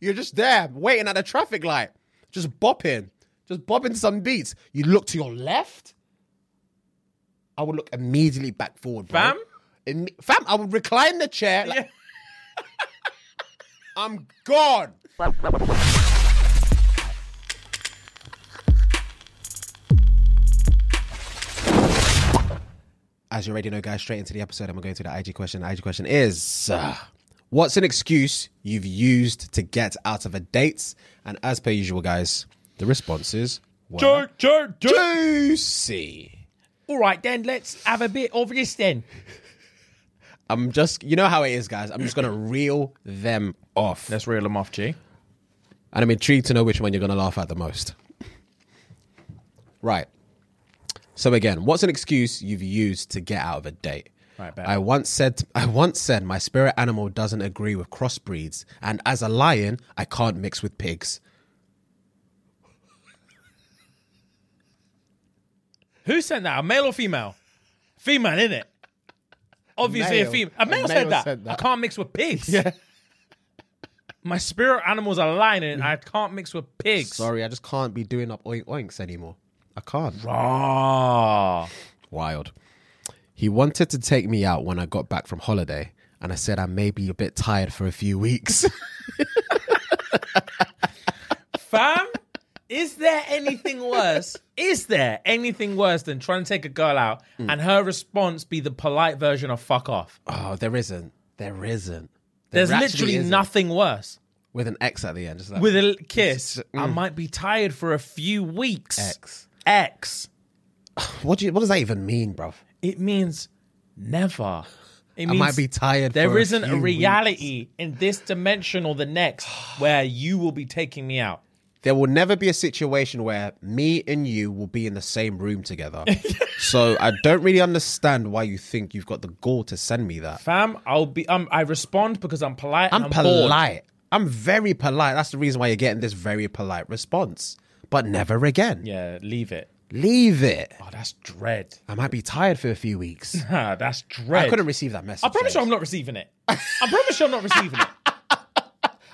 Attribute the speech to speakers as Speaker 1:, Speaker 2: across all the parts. Speaker 1: You're just there waiting at a traffic light, just bopping, just bopping to some beats. You look to your left. I would look immediately back forward, bro.
Speaker 2: Fam?
Speaker 1: Imme- fam, I would recline the chair. Like, I'm gone. As you already know, guys, straight into the episode. I'm going to the IG question. The IG question is uh, What's an excuse you've used to get out of a date? And as per usual, guys, the responses were
Speaker 2: Joke, joke, joke.
Speaker 1: juicy.
Speaker 2: All right, then let's have a bit of this then.
Speaker 1: I'm just, you know how it is, guys. I'm just going to reel them off.
Speaker 2: Let's reel them off, G.
Speaker 1: And I'm intrigued to know which one you're going to laugh at the most. Right. So again, what's an excuse you've used to get out of a date?
Speaker 2: Right, bet.
Speaker 1: I once said I once said my spirit animal doesn't agree with crossbreeds, and as a lion, I can't mix with pigs.
Speaker 2: Who sent that? A male or female? Female, innit? Obviously a
Speaker 1: Male.
Speaker 2: female. A male, said, that. I can't mix with pigs. Yeah. My spirit animals are lying and I can't mix with pigs.
Speaker 1: Sorry, I just can't be doing up oink oinks anymore. I can't.
Speaker 2: Ah.
Speaker 1: Wild. He wanted to take me out when I got back from holiday, and I said I may be a bit tired for a few weeks.
Speaker 2: Fam, is there anything worse? Is there anything worse than trying to take a girl out and her response be the polite version of fuck off?
Speaker 1: oh, there isn't. There isn't. There
Speaker 2: There's
Speaker 1: actually
Speaker 2: literally
Speaker 1: isn't.
Speaker 2: nothing worse.
Speaker 1: with an X at the end. Just like,
Speaker 2: With a l- kiss, I might be tired for a few weeks.
Speaker 1: X.
Speaker 2: X.
Speaker 1: what do you, what does that even mean, bruv?
Speaker 2: It means never. It
Speaker 1: I
Speaker 2: means
Speaker 1: might be tired.
Speaker 2: There
Speaker 1: for a
Speaker 2: not a,
Speaker 1: few
Speaker 2: reality in this dimension or the next where you will be taking me out.
Speaker 1: weeks. There will never be a situation where me and you will be in the same room together. so I don't really understand why you think you've got the gall to send me that.
Speaker 2: Fam, I'll be. Um, I respond because I'm polite.
Speaker 1: I'm,
Speaker 2: and I'm bored.
Speaker 1: polite. I'm very polite. That's the reason why you're getting this very polite response. But never again.
Speaker 2: Yeah, leave it.
Speaker 1: Leave it.
Speaker 2: Oh, that's dread.
Speaker 1: I might be tired for a few weeks.
Speaker 2: Ah, that's dread.
Speaker 1: I couldn't receive that message.
Speaker 2: I promise you, I'm not receiving it. I promise you, I'm not receiving it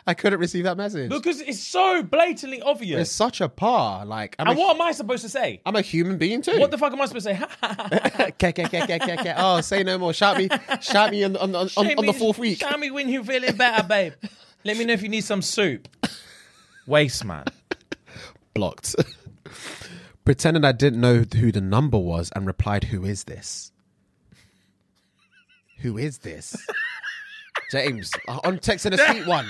Speaker 1: I couldn't receive that message.
Speaker 2: because it's so blatantly
Speaker 1: it's
Speaker 2: obvious.
Speaker 1: such a par. Like I'm,
Speaker 2: And
Speaker 1: a,
Speaker 2: what am I supposed to say?
Speaker 1: I'm a human being too.
Speaker 2: What the fuck am I supposed to say?
Speaker 1: Ke- ke- ke- ke- ke- ke. Oh, say no more. Shout me, shout me on, the- on, the- on, on the fourth week.
Speaker 2: Tell me when you're feeling better, babe. Let me know if you need some soup. Waste man.
Speaker 1: Blocked. Pretending I didn't know who the number was and replied, "Who is this? Who is this?" James, I- I'm texting a sweet one.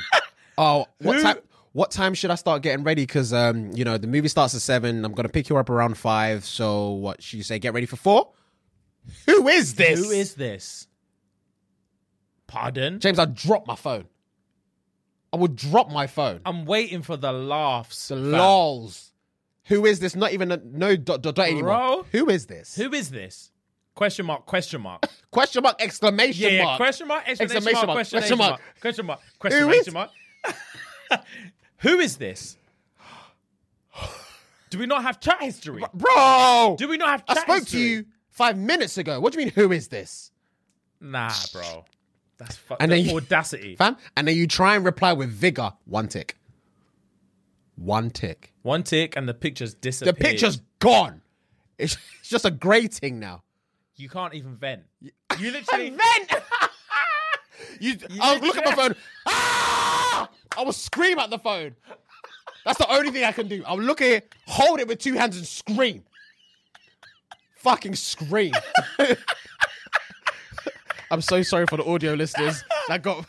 Speaker 1: Oh, what time? What time should I start getting ready? Because um, you know the movie starts at seven. I'm gonna pick you up around five. So what should you say? Get ready for four. Who is this?
Speaker 2: Who is this? Pardon?
Speaker 1: James? I'd drop my phone. I would drop my phone.
Speaker 2: I'm waiting for the laughs.
Speaker 1: The
Speaker 2: fam.
Speaker 1: lols. Who is this? Not even a no dot dot dot anymore.
Speaker 2: Bro.
Speaker 1: Who is this?
Speaker 2: Who is this? Question mark, question mark.
Speaker 1: Question mark, exclamation
Speaker 2: Yeah, yeah,
Speaker 1: mark.
Speaker 2: question mark, exclamation,
Speaker 1: Exclamation
Speaker 2: mark,
Speaker 1: mark,
Speaker 2: question,
Speaker 1: question
Speaker 2: mark,
Speaker 1: mark.
Speaker 2: question mark,
Speaker 1: Who
Speaker 2: question
Speaker 1: is-
Speaker 2: mark. Who is this? Do we not have chat history?
Speaker 1: Bro!
Speaker 2: Do we not have
Speaker 1: I
Speaker 2: chat
Speaker 1: spoke
Speaker 2: history?
Speaker 1: to you five minutes ago. What do you mean, who is this?
Speaker 2: Nah, bro. That's fu-
Speaker 1: And
Speaker 2: the
Speaker 1: then you-
Speaker 2: audacity.
Speaker 1: Fam? And then you try and reply with vigor. One tick. One tick.
Speaker 2: One tick and the pictures
Speaker 1: The
Speaker 2: disappear.
Speaker 1: picture's gone. It's it's just a grating now.
Speaker 2: You can't even vent. You literally.
Speaker 1: Then you, I'll look at my
Speaker 2: literally-
Speaker 1: phone. Ah! I will scream at the phone. That's the only thing I can do. I'll look at it, hold it with two hands, and scream. Fucking scream. I'm so sorry for the audio listeners that got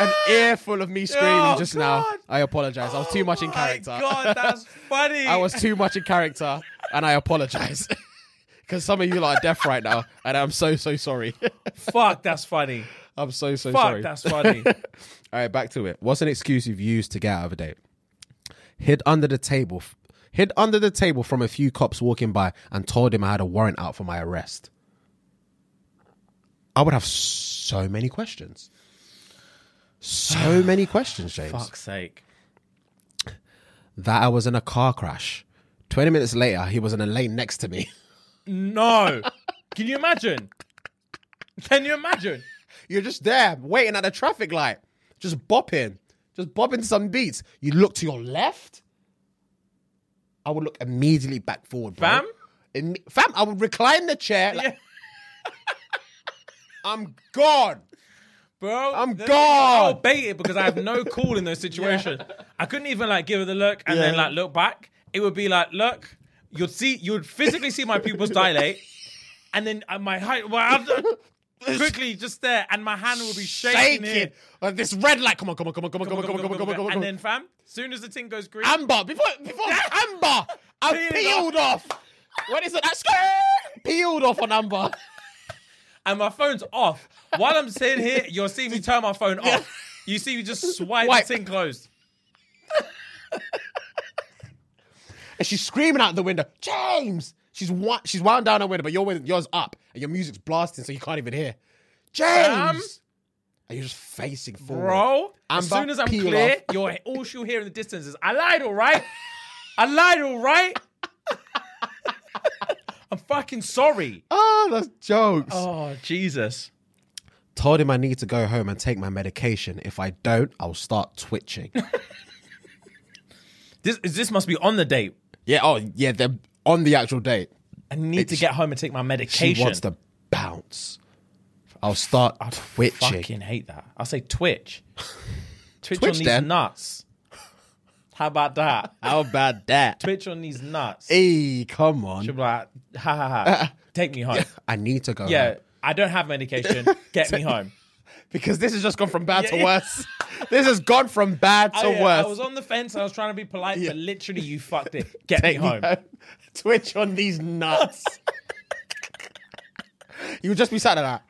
Speaker 1: an earful of me screaming
Speaker 2: Oh,
Speaker 1: just now.
Speaker 2: God. Oh
Speaker 1: I apologize. Ah! I was too much in character.
Speaker 2: My God, that's funny.
Speaker 1: I was too much in character, and I apologize. Because some of you lot are deaf right now, and I'm so, so sorry.
Speaker 2: Fuck, that's funny.
Speaker 1: I'm so so
Speaker 2: Fuck,
Speaker 1: sorry.
Speaker 2: that's funny.
Speaker 1: All right, back to it. What's an excuse you've used to get out of a date? Hid under the table, f- hid under the table from a few cops walking by, and told him I had a warrant out for my arrest. I would have so many questions. So many questions, James.
Speaker 2: Fuck's sake.
Speaker 1: That I was in a car crash. Twenty minutes later, he was in a lane next to me.
Speaker 2: No. Can you imagine? Can you imagine?
Speaker 1: You're just there waiting at a traffic light, just bopping, just bobbing some beats. You look to your left, I would look immediately back forward, bro.
Speaker 2: Fam?
Speaker 1: Imme- fam, I would recline the chair. Like, I'm gone.
Speaker 2: bro.
Speaker 1: I'm
Speaker 2: the-
Speaker 1: gone.
Speaker 2: I'll bait it because I have no cool in those situations. I couldn't even like give her the look and then
Speaker 1: Yeah.
Speaker 2: like look back. It would be like, look, you'd see, you'd physically see my pupils dilate, and then uh, my height, well, I'd- quickly just there, and my hand would be shaking. here.
Speaker 1: Shaking. Like this red light. Come on, come on, come on, come on, come on, come on, come on, come on, come on.
Speaker 2: And then, fam, soon as the thing goes green,
Speaker 1: Amber, before before Amber, I
Speaker 2: Peeled
Speaker 1: peeled off. What is it? That's good. Peeled off on Amber.
Speaker 2: and my phone's off. While I'm sitting here, you're seeing me turn my phone off. You see me just swipe,
Speaker 1: Wipe.
Speaker 2: the thing closed.
Speaker 1: And she's screaming out the window, James! She's wa- she's wound down her window, but your win- yours up, and your music's blasting, so you can't even hear. James!
Speaker 2: Um,
Speaker 1: and you're just facing forward.
Speaker 2: Bro, as
Speaker 1: Amber,
Speaker 2: soon as I'm
Speaker 1: peel
Speaker 2: clear,
Speaker 1: off.
Speaker 2: you're all she'll hear in the distance is, I lied, all right? I lied, all right? I'm fucking sorry.
Speaker 1: Oh, that's jokes.
Speaker 2: Oh, Jesus.
Speaker 1: Told him I need to go home and take my medication. If I don't, I'll start twitching.
Speaker 2: This, this must be on the date.
Speaker 1: yeah, oh, yeah, they're on the actual date.
Speaker 2: I need to get home and take my
Speaker 1: She
Speaker 2: medication.
Speaker 1: wants to bounce. I'll start
Speaker 2: Oh,
Speaker 1: twitching.
Speaker 2: fucking hate that. I'll say Twitch. Twitch, on
Speaker 1: Twitch
Speaker 2: these
Speaker 1: then.
Speaker 2: nuts. How about that?
Speaker 1: How about that?
Speaker 2: Twitch on these nuts.
Speaker 1: Hey, come on.
Speaker 2: She'll be like, ha ha ha, take me home.
Speaker 1: I need to go
Speaker 2: Yeah,
Speaker 1: home.
Speaker 2: I don't have medication. Get me home.
Speaker 1: Because this has just gone from bad
Speaker 2: Yeah,
Speaker 1: to
Speaker 2: yeah.
Speaker 1: worse. this has gone from bad to
Speaker 2: Oh, yeah,
Speaker 1: worse.
Speaker 2: I was on the fence. I was trying to be polite,
Speaker 1: Yeah.
Speaker 2: but literally, you fucked it. Get
Speaker 1: Take
Speaker 2: me home.
Speaker 1: Twitch on these nuts. you would just be sat like that.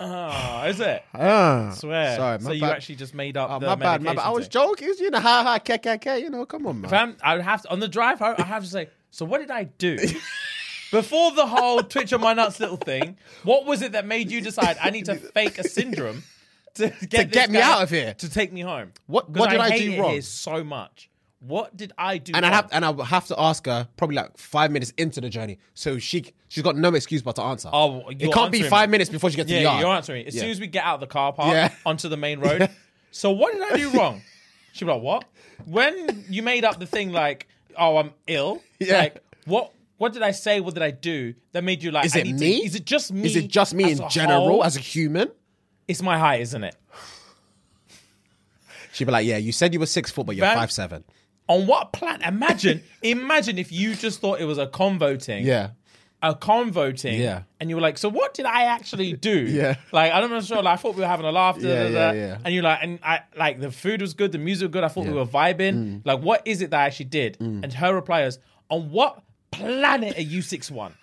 Speaker 2: Oh, is it? I
Speaker 1: Ah,
Speaker 2: swear.
Speaker 1: Sorry, my
Speaker 2: so you
Speaker 1: bad.
Speaker 2: actually just made up
Speaker 1: Oh,
Speaker 2: the
Speaker 1: my bad, my
Speaker 2: medication
Speaker 1: bad. I was
Speaker 2: thing.
Speaker 1: joking. You know, ha ha, kkk. You know, come on, man.
Speaker 2: Fam, I would have to on the drive home. I have to say. So what did I do? Before the whole twitch on my nuts little thing, what was it that made you decide I need to fake a syndrome to get, this
Speaker 1: get me
Speaker 2: guy
Speaker 1: out of here.
Speaker 2: to take me home?
Speaker 1: What-
Speaker 2: 'Cause
Speaker 1: what did I
Speaker 2: hate
Speaker 1: do
Speaker 2: it
Speaker 1: wrong?
Speaker 2: here so much? What did I do?
Speaker 1: and I
Speaker 2: wrong?
Speaker 1: have and I would have to ask her probably like five minutes into the journey, so she she's got no excuse but to answer.
Speaker 2: Oh, well,
Speaker 1: it
Speaker 2: you're
Speaker 1: can't be
Speaker 2: answering
Speaker 1: five
Speaker 2: me.
Speaker 1: minutes before she gets to the
Speaker 2: Yeah,
Speaker 1: yard.
Speaker 2: you're answering. As soon
Speaker 1: Yeah.
Speaker 2: as we get out of the car park
Speaker 1: Yeah.
Speaker 2: onto the main road. So what did I do wrong? She'd be like, "What? When you made up the thing like, oh, I'm ill.
Speaker 1: Yeah.
Speaker 2: Like, what? What did I say? What did I do that made you like?
Speaker 1: Is
Speaker 2: I
Speaker 1: it
Speaker 2: need to-
Speaker 1: me?
Speaker 2: is it just me?
Speaker 1: Is it just me
Speaker 2: as
Speaker 1: in
Speaker 2: a
Speaker 1: general
Speaker 2: whole?
Speaker 1: as a human?
Speaker 2: it's my height, isn't it?
Speaker 1: She'd be like, "Yeah, you said you were six foot, but you're
Speaker 2: Fam-
Speaker 1: five seven.
Speaker 2: On what planet? Imagine, imagine if you just thought it was a convo thing.
Speaker 1: Yeah,
Speaker 2: a convo thing,
Speaker 1: Yeah.
Speaker 2: and you were like, "So what did I actually do?"
Speaker 1: Yeah.
Speaker 2: like I'm not sure. Like, I thought we were having a laugh, da,
Speaker 1: Yeah,
Speaker 2: da,
Speaker 1: yeah,
Speaker 2: da.
Speaker 1: yeah.
Speaker 2: and you're like, and I like the food was good, the music was good. I thought we were vibing.
Speaker 1: Mm.
Speaker 2: Like, what is it that I actually did? And her reply is, "On what planet are you six one?"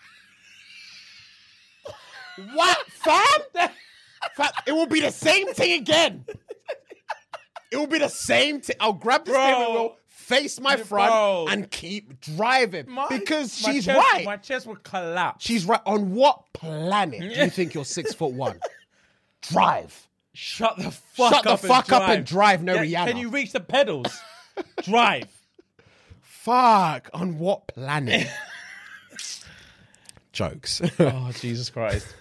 Speaker 1: What, fam? fam? It will be the same thing again. It will be the same thing. I'll grab the
Speaker 2: Bro.
Speaker 1: steering wheel, face my front,
Speaker 2: Bro.
Speaker 1: and keep driving because she's
Speaker 2: chest,
Speaker 1: right.
Speaker 2: My chest would collapse.
Speaker 1: she's right. On what planet do you think you're six foot one? Drive.
Speaker 2: Shut the fuck
Speaker 1: Shut
Speaker 2: up.
Speaker 1: the fuck up and drive, no Rihanna.
Speaker 2: Can you reach the pedals? drive.
Speaker 1: Fuck. On what planet? Jokes.
Speaker 2: Oh Jesus Christ.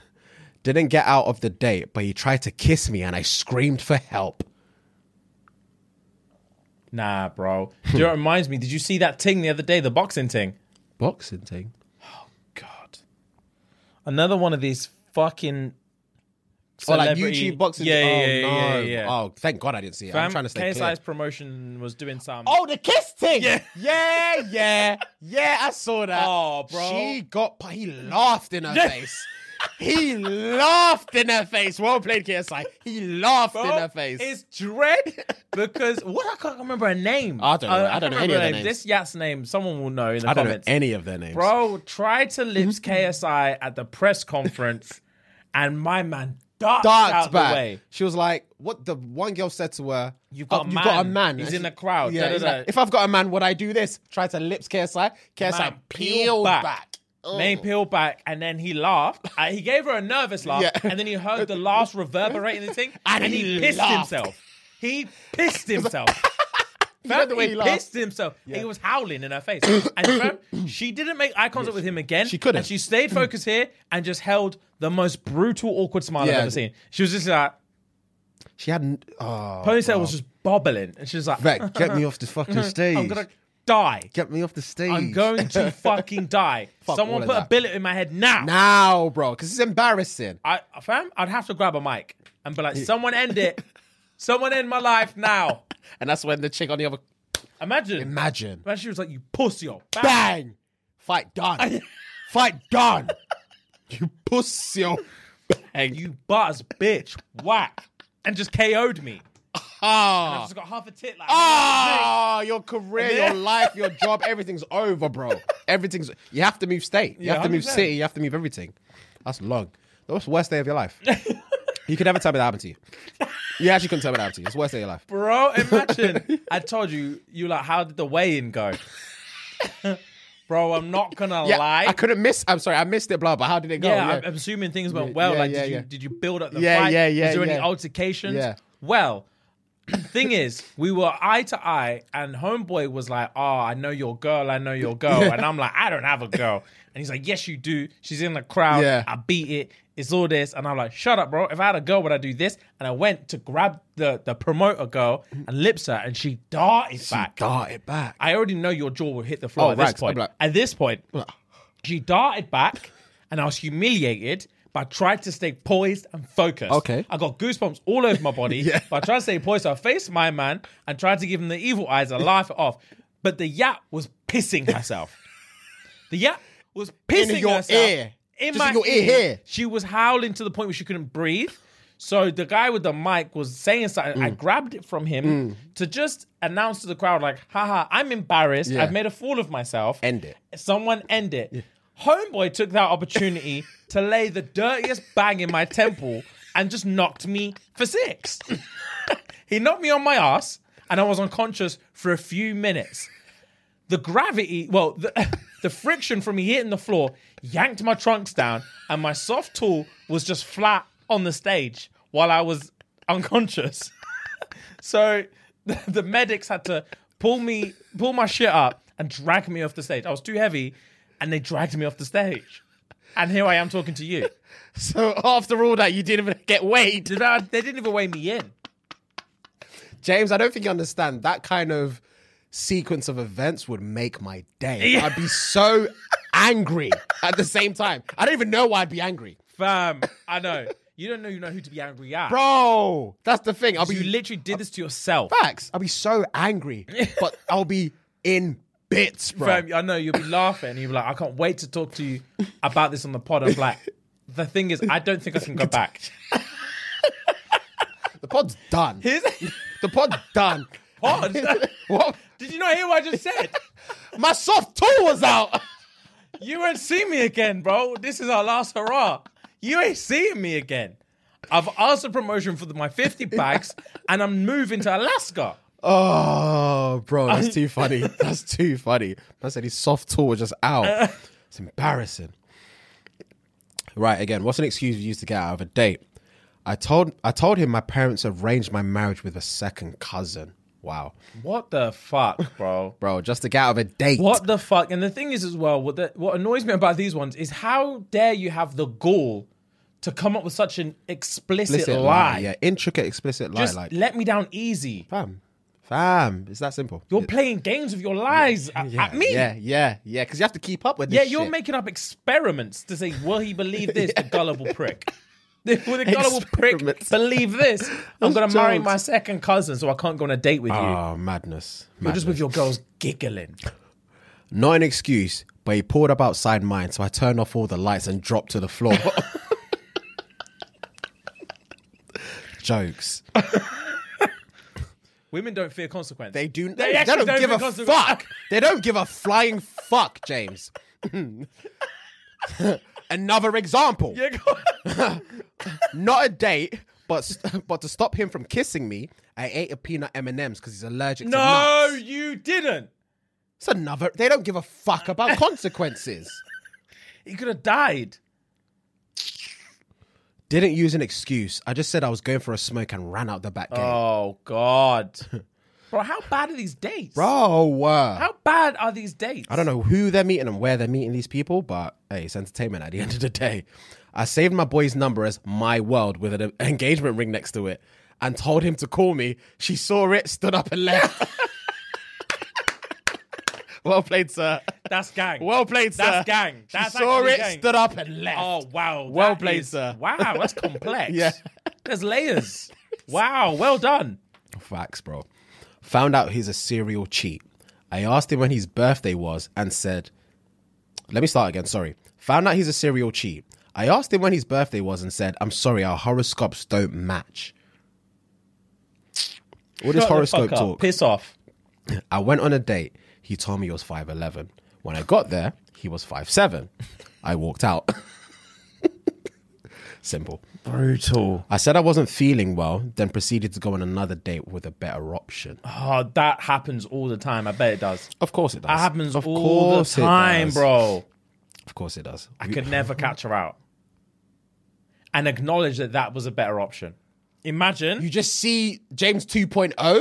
Speaker 1: Didn't get out of the date, but he tried to kiss me, and I screamed for help.
Speaker 2: Nah, bro. Do you know what reminds me? Did you see that thing the other day, the boxing thing?
Speaker 1: Boxing thing.
Speaker 2: God. Another one of these fucking.
Speaker 1: Oh, like
Speaker 2: celebrity-
Speaker 1: YouTube boxing.
Speaker 2: Yeah,
Speaker 1: oh,
Speaker 2: yeah, yeah,
Speaker 1: no.
Speaker 2: yeah, yeah.
Speaker 1: Oh, thank God I didn't see it. I'm
Speaker 2: Fam,
Speaker 1: trying to stay
Speaker 2: KSI's
Speaker 1: clear.
Speaker 2: promotion was doing some.
Speaker 1: Oh, the kiss thing.
Speaker 2: Yeah.
Speaker 1: yeah, yeah, yeah. I saw that.
Speaker 2: Oh, bro.
Speaker 1: She got. He laughed in her
Speaker 2: Yeah.
Speaker 1: face. He laughed in her face. Well played, KSI. He laughed
Speaker 2: Bro,
Speaker 1: in her face.
Speaker 2: It's dread because what I can't remember her name.
Speaker 1: I don't know. I don't know
Speaker 2: can't
Speaker 1: any of
Speaker 2: remember her
Speaker 1: their
Speaker 2: name.
Speaker 1: names.
Speaker 2: This Yat's name, someone will know in the
Speaker 1: I don't know
Speaker 2: comments.
Speaker 1: any of their names.
Speaker 2: Bro, try to lips KSI at the press conference, and my man darts out
Speaker 1: Darts
Speaker 2: the
Speaker 1: back.
Speaker 2: way.
Speaker 1: She was like, "What the one girl said to her?
Speaker 2: You've got a
Speaker 1: "Oh, you've got a
Speaker 2: man.
Speaker 1: man.
Speaker 2: He's
Speaker 1: And
Speaker 2: in
Speaker 1: she-
Speaker 2: the crowd.
Speaker 1: Yeah,
Speaker 2: Da, da,
Speaker 1: he's
Speaker 2: da.
Speaker 1: like, if I've got a man, would I do this? Try to lips KSI. KSI
Speaker 2: Man, peel
Speaker 1: peeled
Speaker 2: back.
Speaker 1: back. Oh.
Speaker 2: Name peeled back, and then he laughed. Uh, he gave her a nervous laugh,
Speaker 1: Yeah.
Speaker 2: and then he heard the last reverberating the thing,
Speaker 1: And
Speaker 2: and he,
Speaker 1: he
Speaker 2: pissed
Speaker 1: laughed.
Speaker 2: himself. He pissed himself.
Speaker 1: You know
Speaker 2: Fam,
Speaker 1: the way
Speaker 2: he
Speaker 1: he laughed?
Speaker 2: pissed himself. He was howling in her face, and fam, she didn't make eye contact with him again.
Speaker 1: She couldn't.
Speaker 2: And she stayed focused here and just held the most brutal, awkward smile I've
Speaker 1: Yeah.
Speaker 2: ever seen. She was just like
Speaker 1: She had. n- Oh,
Speaker 2: ponytail
Speaker 1: bro.
Speaker 2: was just bobbling. And she's like,
Speaker 1: Vec, get me off the fucking stage.
Speaker 2: I'm going to die.
Speaker 1: Get me off the stage.
Speaker 2: I'm going to fucking die.
Speaker 1: Fuck all
Speaker 2: Someone
Speaker 1: of
Speaker 2: put a
Speaker 1: that.
Speaker 2: billet in my head now.
Speaker 1: now, bro, because it's embarrassing.
Speaker 2: I, fam, I'd have to grab a mic and be like, someone end it. Someone end my life now.
Speaker 1: And that's when the chick on the other.
Speaker 2: Imagine.
Speaker 1: Imagine.
Speaker 2: Imagine she was like, you pussy, oh, bam.
Speaker 1: Bang! Fight done. Fight done. You pussy. oh.
Speaker 2: You buzz, bitch. Whack. And just KO'd me. I
Speaker 1: Ah.
Speaker 2: just got half a tit like.
Speaker 1: Ah, your career,
Speaker 2: Yeah.
Speaker 1: your life, your job, everything's over, bro. Everything's. You have to move state. You
Speaker 2: Yeah,
Speaker 1: have to move
Speaker 2: 100%.
Speaker 1: city. You have to move everything. That's long. That's the worst day of your life. you could never tell me that happened to you. You actually couldn't tell me that happened to you. It's the worst day of your life.
Speaker 2: Bro, imagine. I told you, you like, how did the weigh in go? Bro, I'm not gonna
Speaker 1: Yeah,
Speaker 2: lie.
Speaker 1: I couldn't miss. I'm sorry, I missed it. Blah, but how did it go?
Speaker 2: yeah, I'm, I'm assuming things went
Speaker 1: Yeah,
Speaker 2: well.
Speaker 1: yeah,
Speaker 2: like,
Speaker 1: yeah,
Speaker 2: did,
Speaker 1: yeah.
Speaker 2: You, did you build up the
Speaker 1: Yeah,
Speaker 2: fight?
Speaker 1: yeah, yeah,
Speaker 2: Was there any
Speaker 1: yeah.
Speaker 2: altercations?
Speaker 1: Yeah.
Speaker 2: Well, thing is, we were eye to eye, and homeboy was like, "Oh, I know your girl. I know your girl," and I'm like, "I don't have a girl," and he's like, "Yes, you do. She's in the crowd.
Speaker 1: Yeah.
Speaker 2: I beat it. It's all this," and I'm like, "Shut up, bro. If I had a girl, would I do this?" And I went to grab the the promoter girl and lips her, and she darted back.
Speaker 1: Dart it back.
Speaker 2: I already know your jaw will hit the floor
Speaker 1: Oh,
Speaker 2: at
Speaker 1: rags.
Speaker 2: this point.
Speaker 1: I'm like-
Speaker 2: at this point, she darted back, and I was humiliated. But I tried to stay poised and focused.
Speaker 1: Okay.
Speaker 2: I got goosebumps all over my body.
Speaker 1: Yeah.
Speaker 2: But I tried to stay poised. So I faced my man and tried to give him the evil eyes and laugh it off. But the yap was pissing herself. the yap was pissing
Speaker 1: your
Speaker 2: herself
Speaker 1: ear.
Speaker 2: in
Speaker 1: Just
Speaker 2: my
Speaker 1: in your ear here.
Speaker 2: She was howling to the point where she couldn't breathe. So the guy with the mic was saying something.
Speaker 1: Mm.
Speaker 2: I grabbed it from him to just announce to the crowd, like, haha, I'm embarrassed.
Speaker 1: Yeah.
Speaker 2: I've made a fool of myself.
Speaker 1: End it.
Speaker 2: Someone end it. Homeboy took that opportunity to lay the dirtiest bang in my temple and just knocked me for six. he knocked me on my ass and I was unconscious for a few minutes the gravity, well, the, the friction from me hitting the floor yanked my trunks down, and my soft tool was just flat on the stage while I was unconscious. so the, the medics had to pull me, pull my shit up, and drag me off the stage. I was too heavy, and they dragged me off the stage. And here I am talking to you.
Speaker 1: So after all that, you didn't even get weighed.
Speaker 2: Did I- they didn't even weigh me in.
Speaker 1: James, I don't think you understand. That kind of sequence of events would make my day. I'd be so angry at the same time. I don't even know why I'd be angry.
Speaker 2: Fam, I know. You don't know you know who to be angry at.
Speaker 1: Bro, that's the thing. I'll
Speaker 2: you
Speaker 1: be
Speaker 2: literally did this to yourself.
Speaker 1: facts. I'll be so angry, but I'll be in bits, bro.
Speaker 2: Fam, I know you'll be laughing. You'll be like, I can't wait to talk to you about this on the pod. I'm like, the thing is, I don't think I can go back.
Speaker 1: The pod's done.
Speaker 2: Here's
Speaker 1: The pod's done.
Speaker 2: pod.
Speaker 1: What?
Speaker 2: Did you not hear what I just said?
Speaker 1: My soft tool was out.
Speaker 2: You won't see me again, bro. This is our last hurrah. You ain't seeing me again. I've asked for promotion for my 50 bags and I'm moving to Alaska.
Speaker 1: Oh, bro, that's too funny. That's too funny. I said his soft tool was just out. It's embarrassing. Right again. What's an excuse we used to get out of a date? I told I told him my parents arranged my marriage with a second cousin. Wow,
Speaker 2: What the fuck, bro?
Speaker 1: bro, just to get out of a date.
Speaker 2: What the fuck? And the thing is, as well, what the, what annoys me about these ones is how dare you have the gall to come up with such an explicit,
Speaker 1: Explicit
Speaker 2: lie.
Speaker 1: Yeah, intricate, explicit lie.
Speaker 2: Just
Speaker 1: Like,
Speaker 2: let me down easy.
Speaker 1: fam, fam, it's that simple.
Speaker 2: You're playing games with your lies a-
Speaker 1: yeah,
Speaker 2: at me.
Speaker 1: Yeah, yeah, yeah. Because you have to keep up with. This
Speaker 2: Yeah, you're
Speaker 1: shit.
Speaker 2: making up experiments to say, will he believe this, the gullible prick? Will the gullible prick
Speaker 1: Experiments.
Speaker 2: believe this? I'm going to marry
Speaker 1: jokes.
Speaker 2: my second cousin, so I can't go on a date with you.
Speaker 1: Oh, madness!
Speaker 2: You're
Speaker 1: madness.
Speaker 2: just with your girls giggling.
Speaker 1: Not an excuse, but he pulled up outside mine, so I turned off all the lights and dropped to the floor. Jokes.
Speaker 2: Women don't fear consequence.
Speaker 1: They do.
Speaker 2: They
Speaker 1: They,
Speaker 2: actually
Speaker 1: don't,
Speaker 2: don't
Speaker 1: give a
Speaker 2: because of-
Speaker 1: fuck. they don't give a flying fuck, James. Another example.
Speaker 2: Yeah, go-
Speaker 1: Not a date, but s- but to stop him from kissing me, I ate a peanut M and M's because he's allergic to
Speaker 2: no,
Speaker 1: nuts.
Speaker 2: you didn't.
Speaker 1: It's another. They don't give a fuck about consequences.
Speaker 2: He could have died.
Speaker 1: Didn't use an excuse. I just said I was going for a smoke and ran out the back gate.
Speaker 2: Oh, God. Bro, how bad are these dates?
Speaker 1: Bro, uh,
Speaker 2: How bad are these dates?
Speaker 1: I don't know who they're meeting and where they're meeting these people, but hey, it's entertainment at the end of the day. I saved my boy's number as my world with an engagement ring next to it. and told him to call me. She saw it, stood up, and left. well played, sir.
Speaker 2: That's gang.
Speaker 1: Well played, sir.
Speaker 2: That's gang. That's
Speaker 1: she saw
Speaker 2: actually
Speaker 1: it,
Speaker 2: gang.
Speaker 1: stood up, and left.
Speaker 2: Oh wow!
Speaker 1: Well
Speaker 2: that
Speaker 1: played,
Speaker 2: is-
Speaker 1: sir.
Speaker 2: Wow, that's complex.
Speaker 1: Yeah.
Speaker 2: there's layers. Wow, well done.
Speaker 1: Facts, bro. Found out he's a serial cheat. I asked him when his birthday was and said, Let me start again. Sorry. Found out he's a serial cheat. I asked him when his birthday was and said, I'm sorry, our horoscopes don't match. What is
Speaker 2: Shut the
Speaker 1: horoscope
Speaker 2: fuck up.
Speaker 1: talk?
Speaker 2: Piss off.
Speaker 1: I went on a date. He told me he was 5'11. When I got there, he was 5'7. I walked out. Simple.
Speaker 2: Brutal.
Speaker 1: I said I wasn't feeling well, then proceeded to go on another date with a better option.
Speaker 2: Oh, that happens all the time. I bet it does.
Speaker 1: Of course it does.
Speaker 2: That happens
Speaker 1: of
Speaker 2: all the
Speaker 1: course it
Speaker 2: time,
Speaker 1: does.
Speaker 2: bro.
Speaker 1: Of course it does.
Speaker 2: I
Speaker 1: We-
Speaker 2: could never catch her out. And acknowledge that that was a better option. Imagine
Speaker 1: you just see James oh? 2.0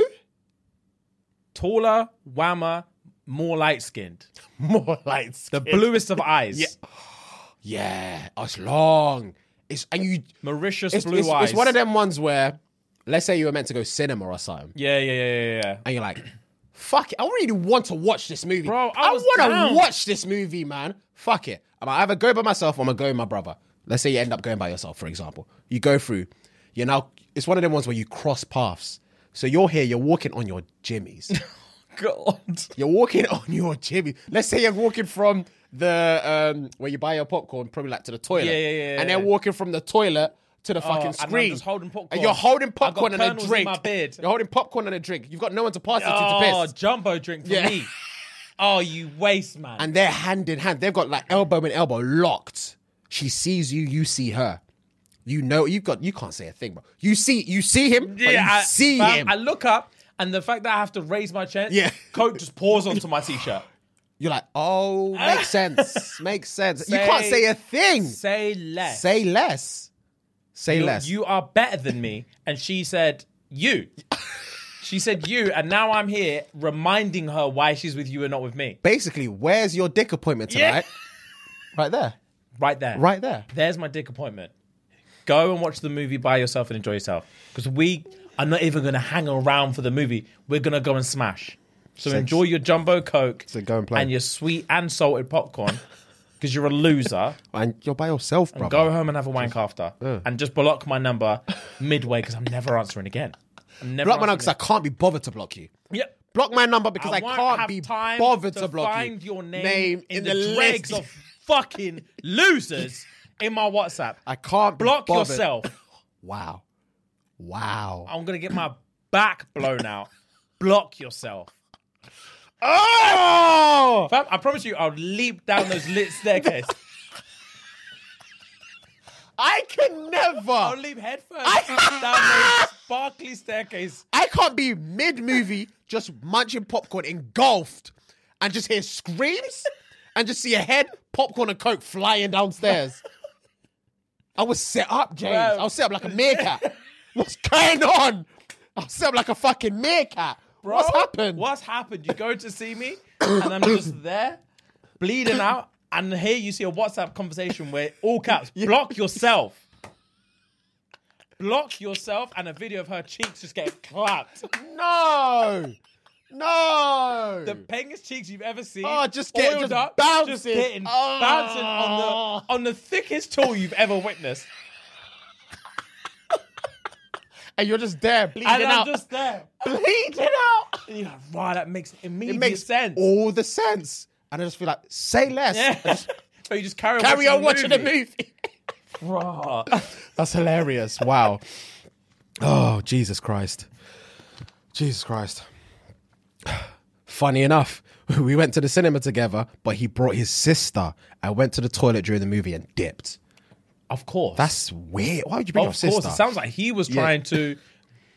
Speaker 2: taller, whammer, more light skinned,
Speaker 1: more lights.
Speaker 2: the bluest of eyes,
Speaker 1: yeah, it's long. It's and you
Speaker 2: Mauritius
Speaker 1: it's,
Speaker 2: blue
Speaker 1: it's,
Speaker 2: eyes.
Speaker 1: it's one of them ones where let's say you were meant to go cinema or something
Speaker 2: Yeah, yeah, yeah, yeah, yeah.
Speaker 1: and you're like fuck it, I really want to watch this movie.
Speaker 2: Bro, I was
Speaker 1: want
Speaker 2: down.
Speaker 1: to watch this movie, man. Fuck it. I'm either go by myself or I'm going to go with my brother. Let's say you end up going by yourself, for example. You go through. You're now it's one of them ones where you cross paths. So you're here, you're walking on your jimmies.
Speaker 2: God.
Speaker 1: You're walking on your jimmy. Let's say you're walking from the um where you buy your popcorn, probably like to the toilet.
Speaker 2: Yeah, yeah, yeah,
Speaker 1: And
Speaker 2: yeah. Oh,
Speaker 1: they're walking from the toilet to the
Speaker 2: and
Speaker 1: fucking
Speaker 2: I'm
Speaker 1: screen.
Speaker 2: just holding popcorn.
Speaker 1: And you're holding
Speaker 2: I've got
Speaker 1: popcorn and
Speaker 2: kernels
Speaker 1: a
Speaker 2: in
Speaker 1: drink.
Speaker 2: my beard.
Speaker 1: You're holding popcorn and a drink. You've got no one to pass it to
Speaker 2: Oh,
Speaker 1: to piss.
Speaker 2: jumbo drink for
Speaker 1: Yeah.
Speaker 2: me. Oh, you waste, man.
Speaker 1: And they're hand in hand. They've got like elbow in elbow locked. She sees you, you see her. You know you've got you can't say a thing, bro. You see you see him, but you
Speaker 2: I,
Speaker 1: see
Speaker 2: fam,
Speaker 1: him.
Speaker 2: I look up, and the fact that I have to raise my chest,
Speaker 1: Yeah.
Speaker 2: coat just pours onto my t-shirt.
Speaker 1: You're like, oh, makes sense. makes sense. you can't
Speaker 2: Say-
Speaker 1: say a thing.
Speaker 2: Say less.
Speaker 1: Say less. Say less.
Speaker 2: You are better than me. And she said, you. She said you, and now I'm here reminding her why she's with you and not with me.
Speaker 1: basically, where's your dick appointment
Speaker 2: Yeah.
Speaker 1: tonight? right there.
Speaker 2: Right there.
Speaker 1: Right there.
Speaker 2: There's my dick appointment. Go and watch the movie by yourself and enjoy yourself. Because we are not even going to hang around for the movie. We're going to go and smash. So enjoy your jumbo coke
Speaker 1: So go and play.
Speaker 2: your sweet and salted popcorn because you're a loser.
Speaker 1: And you're by yourself, bro.
Speaker 2: Go home and have a wank after. And just block my number midway because I'm never answering again. I'm never
Speaker 1: block my number because I
Speaker 2: answering
Speaker 1: can't be bothered to block you.
Speaker 2: again. Yep.
Speaker 1: Block my number because
Speaker 2: I,
Speaker 1: I,
Speaker 2: won't
Speaker 1: can't
Speaker 2: have
Speaker 1: be
Speaker 2: time
Speaker 1: bothered
Speaker 2: to,
Speaker 1: to, block
Speaker 2: find
Speaker 1: you.
Speaker 2: your name, in,
Speaker 1: in
Speaker 2: the,
Speaker 1: list.
Speaker 2: dregs of fucking losers in my WhatsApp.
Speaker 1: I can't be
Speaker 2: Block
Speaker 1: bothered.
Speaker 2: yourself.
Speaker 1: Wow. Wow.
Speaker 2: I'm gonna get my back blown out. Block yourself.
Speaker 1: Oh!
Speaker 2: Fam, I promise you, I'll leap down those lit staircase.
Speaker 1: I can
Speaker 2: I'll
Speaker 1: never.
Speaker 2: leap headfirst down those sparkly staircase.
Speaker 1: I can't be mid movie just munching popcorn engulfed and just hear screams and just see a head, popcorn, and coke flying downstairs. I was set up, James.
Speaker 2: Bro.
Speaker 1: I was set up like a meerkat. What's going on? I was set up like a fucking meerkat. What's
Speaker 2: Bro,
Speaker 1: happened?
Speaker 2: What's happened? You go to see me, and I'm just there, bleeding out, and here you see a WhatsApp conversation where all caps block yourself. Block yourself and a video of her cheeks just getting clapped.
Speaker 1: No. No.
Speaker 2: The pengest cheeks you've ever seen.
Speaker 1: Oh, just getting-
Speaker 2: oiled
Speaker 1: just
Speaker 2: up, Just
Speaker 1: bouncing.
Speaker 2: getting
Speaker 1: Oh.
Speaker 2: bouncing on the on the thickest tool you've ever witnessed.
Speaker 1: and you're just there bleeding
Speaker 2: And I'm
Speaker 1: out.
Speaker 2: just there.
Speaker 1: bleeding out.
Speaker 2: And you're like, wow, that makes immediate
Speaker 1: It makes
Speaker 2: sense.
Speaker 1: all the sense. And I just feel like, say less.
Speaker 2: yeah. so you just carry on
Speaker 1: Carry on watching
Speaker 2: the
Speaker 1: the movie.
Speaker 2: Bruh.
Speaker 1: That's hilarious. Wow. Oh, Jesus Christ. Jesus Christ. Funny enough, we went to the cinema together, but he brought his sister. I went to the toilet during the movie and dipped.
Speaker 2: Of course.
Speaker 1: That's weird. Why would you bring your
Speaker 2: of
Speaker 1: sister?
Speaker 2: course. It sounds like he was trying to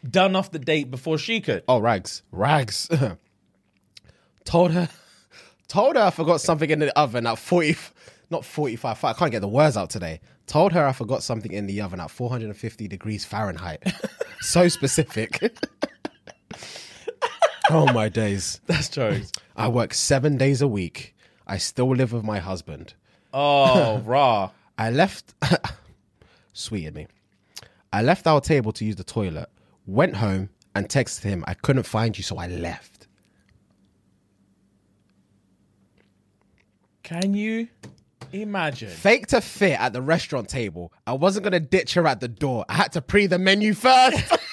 Speaker 2: done off the date before she could.
Speaker 1: oh, rags. Rags. told her told her I forgot something in the oven at 40 not 45 I can't get the words out today. Told her I forgot something in the oven at 450 degrees Fahrenheit. so specific. oh my days.
Speaker 2: That's jokes.
Speaker 1: I work 7 days a week. I still live with my husband.
Speaker 2: Oh, rah.
Speaker 1: I left sweet in me. I left our table to use the toilet. went home and texted him, I couldn't find you, so I left.
Speaker 2: Can you imagine?
Speaker 1: Fake to fit at the restaurant table. I wasn't gonna ditch her at the door. I had to pre the menu first.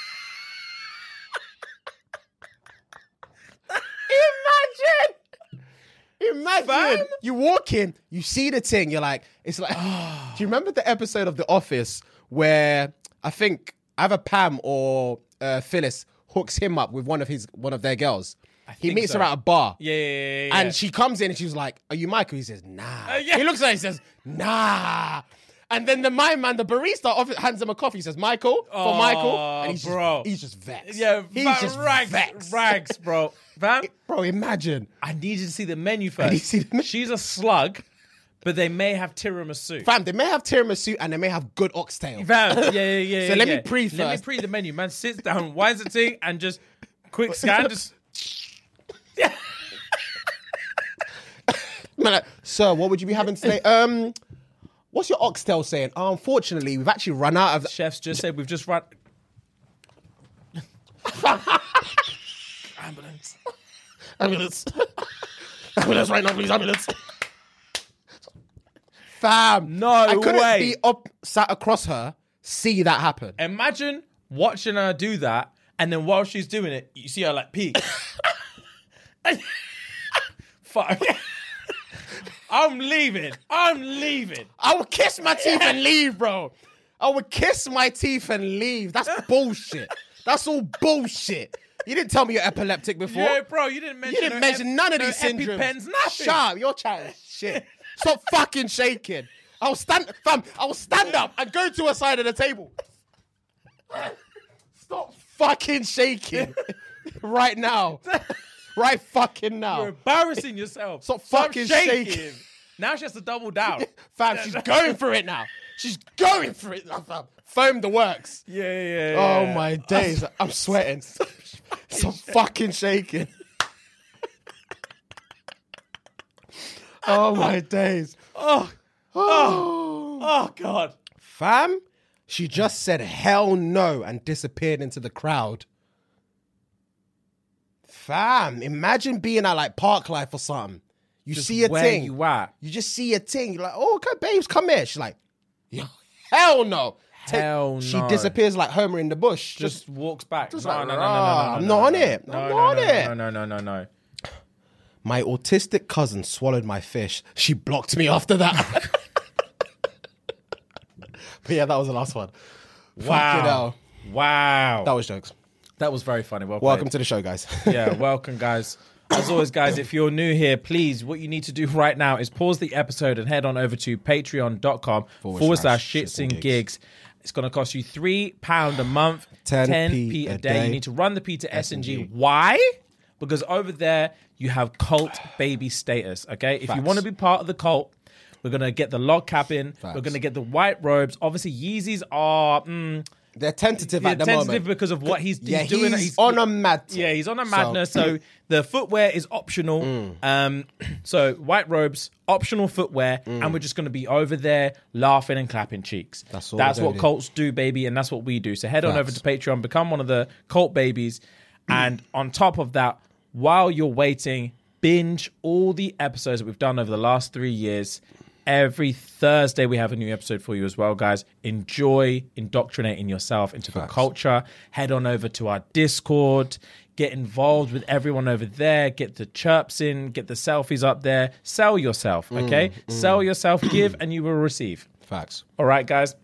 Speaker 1: imagine! Imagine
Speaker 2: Fam?
Speaker 1: you walk in, you see the thing, you're like, it's like Do you remember the episode of The Office where I think either Pam or uh, Phyllis hooks him up with one of his one of their girls? He
Speaker 2: think
Speaker 1: meets
Speaker 2: so.
Speaker 1: her at a bar.
Speaker 2: Yeah, yeah, yeah, yeah, yeah.
Speaker 1: And she comes in and she's like, Are you Michael? He says, Nah.
Speaker 2: yeah.
Speaker 1: He looks at her and says, Nah. And then the my man, the barista, off- hands him a coffee. He says, Michael, for
Speaker 2: Oh,
Speaker 1: Michael. And he's
Speaker 2: bro.
Speaker 1: Just, he's just vexed.
Speaker 2: yeah,
Speaker 1: he's
Speaker 2: va-
Speaker 1: just
Speaker 2: rags,
Speaker 1: vexed.
Speaker 2: rags, bro. Fam,
Speaker 1: Bro, imagine.
Speaker 2: I need you to see the menu
Speaker 1: need
Speaker 2: first.
Speaker 1: to see the menu.
Speaker 2: She's a slug, but they may have tiramisu.
Speaker 1: Fam, they may have tiramisu and they may have good oxtail.
Speaker 2: Fam, yeah, yeah, yeah.
Speaker 1: So
Speaker 2: yeah,
Speaker 1: let me
Speaker 2: yeah.
Speaker 1: pre
Speaker 2: Let me
Speaker 1: first.
Speaker 2: pre the menu. Man sits down, winds the thing, and just quick scan. Just
Speaker 1: Man, like, sir, what would you be having today? Um, what's your oxtail saying? Oh, unfortunately, we've actually run out of.
Speaker 2: chefs just said we've just run. Ambulance.
Speaker 1: Ambulance. ambulance right now, please. Ambulance. Fam.
Speaker 2: No
Speaker 1: I couldn't
Speaker 2: way. Eh.
Speaker 1: be up, sat across her, see that happen.
Speaker 2: Imagine watching her do that, and then while she's doing it, you see her like peek. Fuck. I'm leaving. I'm leaving.
Speaker 1: I would kiss my teeth and leave, bro. I would kiss my teeth and leave. That's bullshit. That's all bullshit. You didn't tell me you're epileptic before.
Speaker 2: Yeah, bro, you didn't mention.
Speaker 1: you didn't
Speaker 2: no
Speaker 1: mention
Speaker 2: ep-
Speaker 1: none of
Speaker 2: no
Speaker 1: these syndromes.
Speaker 2: EpiPens, nothing.
Speaker 1: Shut up. Your child is shit. Stop fucking shaking. I'll stand, fam. I'll stand up and go to a side of the table. Stop fucking shaking right now. Right fucking
Speaker 2: You're
Speaker 1: now.
Speaker 2: embarrassing yourself.
Speaker 1: Stop fucking shaking.
Speaker 2: Now she has to double down.
Speaker 1: Fam, she's going for it now. She's going for it now, fam. Foam the works.
Speaker 2: yeah, yeah, yeah.
Speaker 1: Oh
Speaker 2: yeah.
Speaker 1: my days, I'm sweating. Stop fucking shaking. Oh my days.
Speaker 2: Oh,
Speaker 1: Oh.
Speaker 2: oh god.
Speaker 1: Fam, she just said hell no and disappeared into the crowd. Fam, imagine being at like park life or something. You see a
Speaker 2: Where
Speaker 1: thing.
Speaker 2: you at?
Speaker 1: You just see a thing. You're like, oh, okay, babes, come here. She's like, "Yeah, hell no. Ta-
Speaker 2: Hell
Speaker 1: She
Speaker 2: no.
Speaker 1: disappears like Homer in the bush. Just,
Speaker 2: Just walks back. No,
Speaker 1: like,
Speaker 2: no, no, no, no,
Speaker 1: "Rah,
Speaker 2: no,
Speaker 1: I'm
Speaker 2: no,
Speaker 1: not on
Speaker 2: no,
Speaker 1: it.
Speaker 2: No,
Speaker 1: I'm
Speaker 2: no,
Speaker 1: not on
Speaker 2: no,
Speaker 1: it."
Speaker 2: No, no, no, no, no.
Speaker 1: my autistic cousin swallowed my fish. She blocked me after that. but yeah, that was the last one. Fucking
Speaker 2: Wow.
Speaker 1: hell.
Speaker 2: Wow.
Speaker 1: That was jokes.
Speaker 2: That was very funny. Well
Speaker 1: Welcome
Speaker 2: played.
Speaker 1: to the show, guys.
Speaker 2: yeah, welcome, guys. As always, guys, if you're new here, please, what you need to do right now is pause the episode and head on over to patreon.com forward, slash shits and gigs. It's going to cost you £3 a month,
Speaker 1: 10p
Speaker 2: 10p a
Speaker 1: a
Speaker 2: day. You
Speaker 1: day.
Speaker 2: need to run the P to S&G. Why? Because over there, you have cult baby status, okay? If you
Speaker 1: Facts.
Speaker 2: want to be part of the cult, we're going to get the log cap in. We're
Speaker 1: Facts.
Speaker 2: going to get the white robes. Obviously, Yeezys are mm,
Speaker 1: They're tentative
Speaker 2: they're
Speaker 1: at the
Speaker 2: tentative
Speaker 1: moment.
Speaker 2: because of what he's, he's
Speaker 1: yeah,
Speaker 2: doing.
Speaker 1: he's, on a mad.
Speaker 2: Yeah, he's on a
Speaker 1: So- Mm.
Speaker 2: madness. So, the footwear is optional. Um, so white robes, optional footwear, and we're just going to be over there laughing and clapping cheeks.
Speaker 1: Mm. That's all
Speaker 2: That's
Speaker 1: we're
Speaker 2: what
Speaker 1: gonna do.
Speaker 2: cults do, baby, and that's what we do. So head on over to Patreon, become one of the cult babies, and on top of that, while you're waiting, binge all the episodes that we've done over the last three years. Every Thursday, we have a new episode for you as well, guys. Enjoy indoctrinating yourself into the culture. Head on over to our Discord. Get involved with everyone over there. Get the chirps in. Get the selfies up there. Sell yourself, okay? Sell yourself, give, and you will receive.
Speaker 1: Facts.
Speaker 2: All right, guys.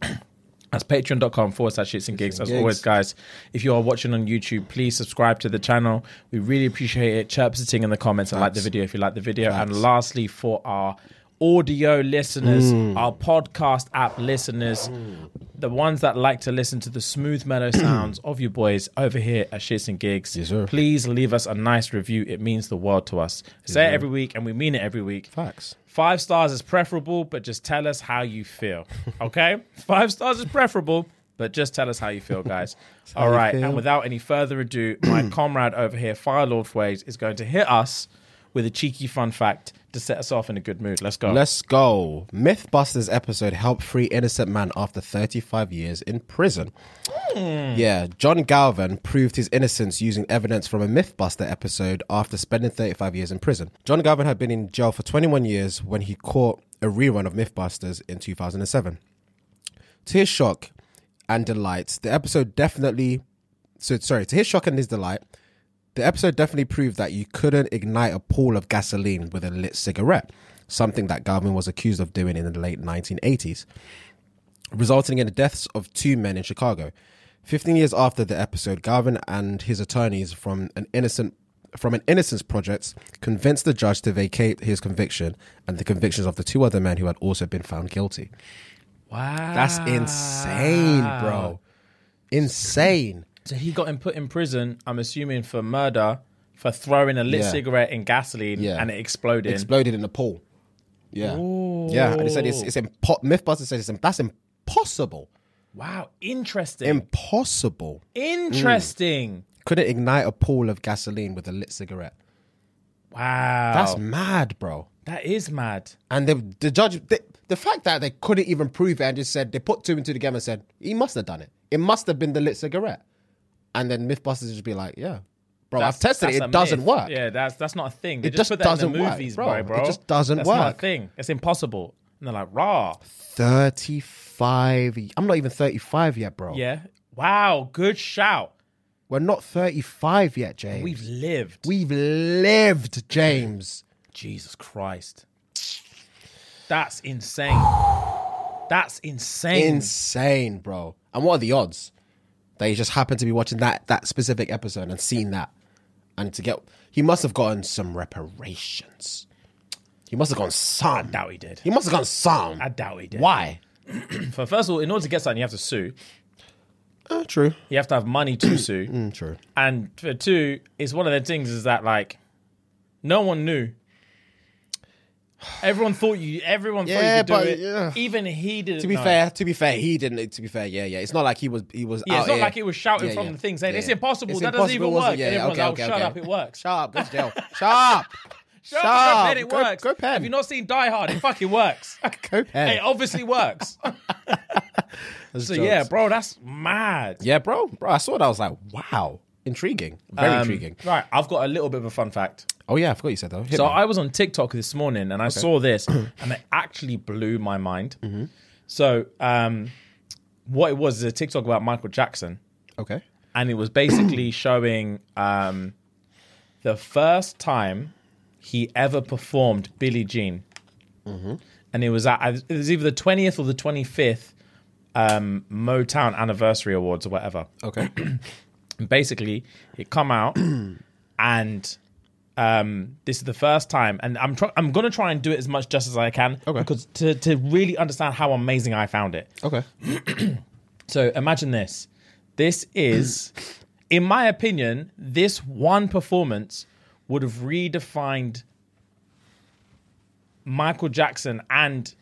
Speaker 2: That's patreon.com forward slash shits and gigs. As
Speaker 1: gigs.
Speaker 2: always, guys, if you are watching on YouTube, please subscribe to the channel. We really appreciate it. Chirp sitting in the comments and like the video if you like the video. And lastly, for our audio listeners, our podcast app listeners, the ones that like to listen to the smooth mellow sounds of you boys over here at Shits and Gigs,
Speaker 1: sir.
Speaker 2: please leave us a nice review. It means the world to us. Say it every week, and we mean it every week.
Speaker 1: Facts.
Speaker 2: Five stars is preferable, but just tell us how you feel. Okay? Five stars is preferable, but just tell us how you feel, guys. All
Speaker 1: you
Speaker 2: right.
Speaker 1: feel.
Speaker 2: And without any further ado, my comrade over here, Fire Lord Waves, is going to hit us with a cheeky fun fact to set us off in a good mood. Let's go.
Speaker 1: Let's go. Mythbusters episode helped free innocent man after 35 years in prison. Yeah, John Galvin proved his innocence using evidence from a Mythbuster episode after spending 35 years in prison. John Galvin had been in jail for 21 years when he caught a rerun of Mythbusters in 2007. To his shock and delight, the episode definitely so sorry, to his shock and his delight, the episode definitely proved that you couldn't ignite a pool of gasoline with a lit cigarette, something that Galvin was accused of doing in the late 1980s, resulting in the deaths of two men in Chicago. 15 years after the episode, Galvin and his attorneys from an innocent from an innocence project convinced the judge to vacate his conviction and the convictions of the two other men who had also been found guilty.
Speaker 2: Wow.
Speaker 1: That's insane, bro. Insane.
Speaker 2: So he got him put in prison, I'm assuming for murder, for throwing a lit
Speaker 1: Yeah.
Speaker 2: cigarette in gasoline
Speaker 1: Yeah.
Speaker 2: and it exploded.
Speaker 1: exploded in the pool. Yeah, yeah. And he said it's it's impo- MythBusters said it's im- that's impossible,
Speaker 2: wow. Interesting.
Speaker 1: impossible.
Speaker 2: Interesting.
Speaker 1: Couldn't ignite a pool of gasoline with a lit cigarette.
Speaker 2: Wow.
Speaker 1: That's mad, bro.
Speaker 2: that is mad.
Speaker 1: And the the judge, the, the fact that they couldn't even prove it and just said they put two and two together and said he must have done it. It must have been the lit cigarette. And then MythBusters just be like, yeah, bro, Oh, I've
Speaker 2: That's-
Speaker 1: tested it.
Speaker 2: that's
Speaker 1: It
Speaker 2: a
Speaker 1: doesn't
Speaker 2: myth.
Speaker 1: work.
Speaker 2: Yeah, that's that's not a thing. They
Speaker 1: It
Speaker 2: just,
Speaker 1: just
Speaker 2: put that in
Speaker 1: doesn't
Speaker 2: the
Speaker 1: work,
Speaker 2: movies,
Speaker 1: bro.
Speaker 2: bro,
Speaker 1: It
Speaker 2: bro.
Speaker 1: just doesn't
Speaker 2: that's Not a
Speaker 1: work.
Speaker 2: thing. It's impossible. And they're like, rah.
Speaker 1: Thirty five. I'm not even thirty five yet, bro.
Speaker 2: Yeah. Wow. Good shout.
Speaker 1: We're not thirty five yet, James.
Speaker 2: We've lived.
Speaker 1: We've lived, James.
Speaker 2: Jesus Christ. That's insane. That's insane.
Speaker 1: Insane, bro. And what are the odds that he just happened to be watching that that specific episode and seen that? And to get he must have gotten some reparations. He must have gotten some.
Speaker 2: doubt he did.
Speaker 1: He must have gotten some.
Speaker 2: I doubt he did.
Speaker 1: Why?
Speaker 2: For first of all, in order to get something, you have to sue.
Speaker 1: Uh, true.
Speaker 2: You have to have money to sue.
Speaker 1: Mm, True.
Speaker 2: And for two, it's one of the things is that like no one knew. Everyone thought you. Everyone
Speaker 1: Yeah,
Speaker 2: thought you
Speaker 1: but,
Speaker 2: could do it.
Speaker 1: yeah.
Speaker 2: Even he didn't.
Speaker 1: To be fair, to be fair, he didn't. To be fair, yeah, yeah. It's not like he was. He was.
Speaker 2: Yeah,
Speaker 1: out
Speaker 2: it's not
Speaker 1: here.
Speaker 2: like it was
Speaker 1: oh,
Speaker 2: shouting
Speaker 1: Yeah,
Speaker 2: from
Speaker 1: yeah.
Speaker 2: the thing saying
Speaker 1: Yeah,
Speaker 2: it's
Speaker 1: yeah.
Speaker 2: impossible.
Speaker 1: It's
Speaker 2: that doesn't
Speaker 1: impossible,
Speaker 2: even
Speaker 1: was it?
Speaker 2: work.
Speaker 1: Yeah,
Speaker 2: and
Speaker 1: yeah,
Speaker 2: everyone's
Speaker 1: okay,
Speaker 2: like, oh,
Speaker 1: okay,
Speaker 2: shut
Speaker 1: okay.
Speaker 2: up, it works.
Speaker 1: Shut up. Go to jail. Shut up.
Speaker 2: Shut up, it
Speaker 1: Go-
Speaker 2: works.
Speaker 1: Go pen.
Speaker 2: Have you not seen Die Hard? It fucking works.
Speaker 1: Go pen.
Speaker 2: it obviously works.
Speaker 1: That's
Speaker 2: so
Speaker 1: jokes.
Speaker 2: yeah, bro, that's mad.
Speaker 1: Yeah, bro, bro. I saw that. I was like, wow, intriguing, very
Speaker 2: Um,
Speaker 1: intriguing.
Speaker 2: Right, I've got a little bit of a fun fact.
Speaker 1: Oh yeah, I forgot you said that. Hit
Speaker 2: So
Speaker 1: me.
Speaker 2: I was on TikTok this morning and I saw this and it actually blew my mind. So um, what it was is a TikTok about Michael Jackson
Speaker 1: okay,
Speaker 2: and it was basically showing um, the first time he ever performed Billie Jean, and it was at it was either the twentieth or the twenty fifth um, Motown Anniversary Awards or whatever.
Speaker 1: okay,
Speaker 2: And basically, it come out, and um, this is the first time, and I'm try- I'm gonna try and do it as much justice as I can,
Speaker 1: Okay.
Speaker 2: because to to really understand how amazing I found it.
Speaker 1: okay.
Speaker 2: So imagine this. This is, in my opinion, this one performance would have redefined Michael Jackson and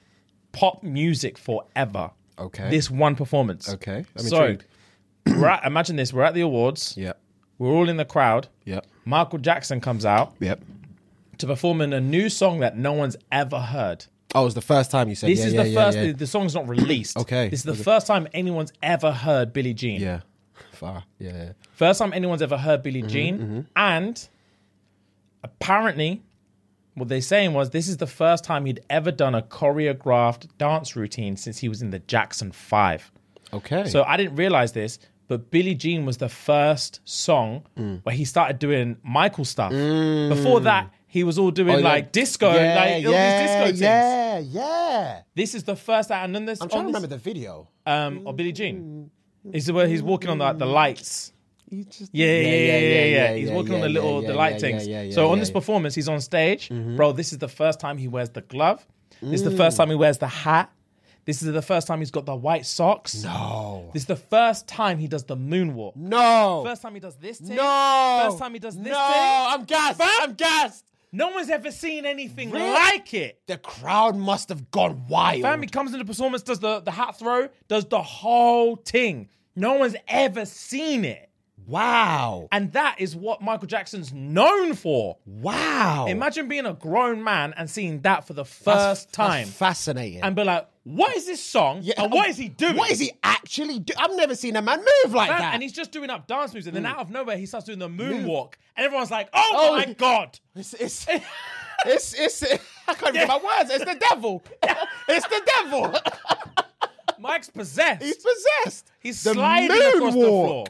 Speaker 2: pop music forever.
Speaker 1: Okay.
Speaker 2: This one performance.
Speaker 1: Okay, I'm
Speaker 2: so
Speaker 1: intrigued.
Speaker 2: we're at, imagine this. We're at the awards.
Speaker 1: Yep,
Speaker 2: We're all in the crowd.
Speaker 1: yep,
Speaker 2: Michael Jackson comes out
Speaker 1: yep.
Speaker 2: to perform in a new song that no one's ever heard.
Speaker 1: Oh, it was the first time you said.
Speaker 2: This
Speaker 1: yeah,
Speaker 2: is
Speaker 1: yeah,
Speaker 2: the
Speaker 1: yeah,
Speaker 2: first.
Speaker 1: Yeah,
Speaker 2: The, the song's not released.
Speaker 1: Okay.
Speaker 2: This is the first time anyone's ever heard Billie Jean.
Speaker 1: yeah. Mm-hmm, Far. Yeah, yeah.
Speaker 2: First time anyone's ever heard Billie Jean. And apparently, what they're saying was this is the first time he'd ever done a choreographed dance routine since he was in the Jackson Five.
Speaker 1: Okay.
Speaker 2: So I didn't realize this, but Billie Jean was the first song
Speaker 1: Mm.
Speaker 2: where he started doing Michael stuff. Before that, he was all doing
Speaker 1: Oh, yeah.
Speaker 2: like disco,
Speaker 1: yeah,
Speaker 2: like
Speaker 1: yeah,
Speaker 2: all these disco things.
Speaker 1: yeah, yeah.
Speaker 2: This is the first that, and then this
Speaker 1: I'm
Speaker 2: on
Speaker 1: trying to
Speaker 2: this,
Speaker 1: remember the video.
Speaker 2: um, of Billie Jean. Is where he's walking on like the lights.
Speaker 1: He just-
Speaker 2: Yeah, yeah, yeah, yeah, yeah.
Speaker 1: Mm. yeah,
Speaker 2: He's
Speaker 1: yeah,
Speaker 2: walking on
Speaker 1: yeah,
Speaker 2: the little
Speaker 1: yeah,
Speaker 2: the
Speaker 1: yeah,
Speaker 2: light
Speaker 1: yeah,
Speaker 2: things.
Speaker 1: yeah, yeah,
Speaker 2: so on
Speaker 1: yeah, Mm-hmm.
Speaker 2: this
Speaker 1: yeah.
Speaker 2: performance, he's on stage, bro. This is the first time he wears the glove. This is the
Speaker 1: Mm.
Speaker 2: first time he wears the hat. This is the first time he's got the white socks.
Speaker 1: No.
Speaker 2: This is the first time he does the moonwalk.
Speaker 1: No.
Speaker 2: First time he does this thing.
Speaker 1: no.
Speaker 2: First time he does this
Speaker 1: No,
Speaker 2: thing.
Speaker 1: I'm gassed. I'm gassed.
Speaker 2: No one's ever seen anything
Speaker 1: Really?
Speaker 2: like it.
Speaker 1: The crowd must have gone wild.
Speaker 2: Fam, he comes into performance, does the, the hat throw, does the whole thing. No one's ever seen it.
Speaker 1: Wow.
Speaker 2: And that is what Michael Jackson's known for.
Speaker 1: Wow.
Speaker 2: Imagine being a grown man and seeing that for the first
Speaker 1: That's- that's
Speaker 2: time
Speaker 1: fascinating.
Speaker 2: and be like, what is this song?
Speaker 1: Yeah,
Speaker 2: and what is he doing?
Speaker 1: What is he actually do? I've never seen a man move like
Speaker 2: Man,
Speaker 1: that. Mm.
Speaker 2: And he's just doing up dance moves. And then out of nowhere, he starts doing the moonwalk. And everyone's like, oh,
Speaker 1: Oh.
Speaker 2: my God.
Speaker 1: it's, it's, it's, it's, I can't even get my words. It's the devil. it's the devil.
Speaker 2: Mike's possessed.
Speaker 1: He's possessed.
Speaker 2: He's
Speaker 1: The
Speaker 2: sliding across the
Speaker 1: moonwalk.
Speaker 2: floor.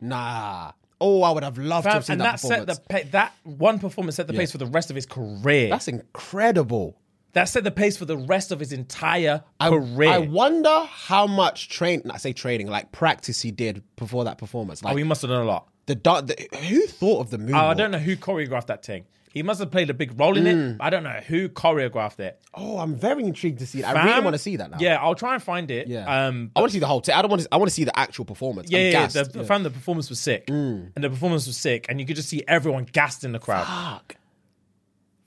Speaker 1: Nah. Oh, I would have loved to
Speaker 2: Fam,
Speaker 1: have seen
Speaker 2: and
Speaker 1: that
Speaker 2: that set
Speaker 1: performance.
Speaker 2: the pa- that one performance set the pace for the rest of his career.
Speaker 1: That's incredible.
Speaker 2: that set the pace for the rest of his entire
Speaker 1: I,
Speaker 2: career.
Speaker 1: I wonder how much train, I say training, like practice he did before that performance.
Speaker 2: oh,
Speaker 1: Like
Speaker 2: he must have done a lot. Oh,
Speaker 1: the, da- the who thought of the moonwalk?
Speaker 2: I don't know who choreographed that thing. He must have played a big role in
Speaker 1: Mm.
Speaker 2: it. But I don't know who choreographed it.
Speaker 1: Oh, I'm very intrigued to see that. I really
Speaker 2: Fam,
Speaker 1: want to see that now.
Speaker 2: Yeah, I'll try and find it.
Speaker 1: Yeah.
Speaker 2: Um,
Speaker 1: I want to see the whole. T- I don't want. To, I want to see the actual performance.
Speaker 2: yeah,
Speaker 1: I'm
Speaker 2: yeah, yeah,
Speaker 1: gassed. Mm.
Speaker 2: the, the- fam, the performance was sick, and the performance was sick, and you could just see everyone gassed in the crowd,
Speaker 1: Fuck.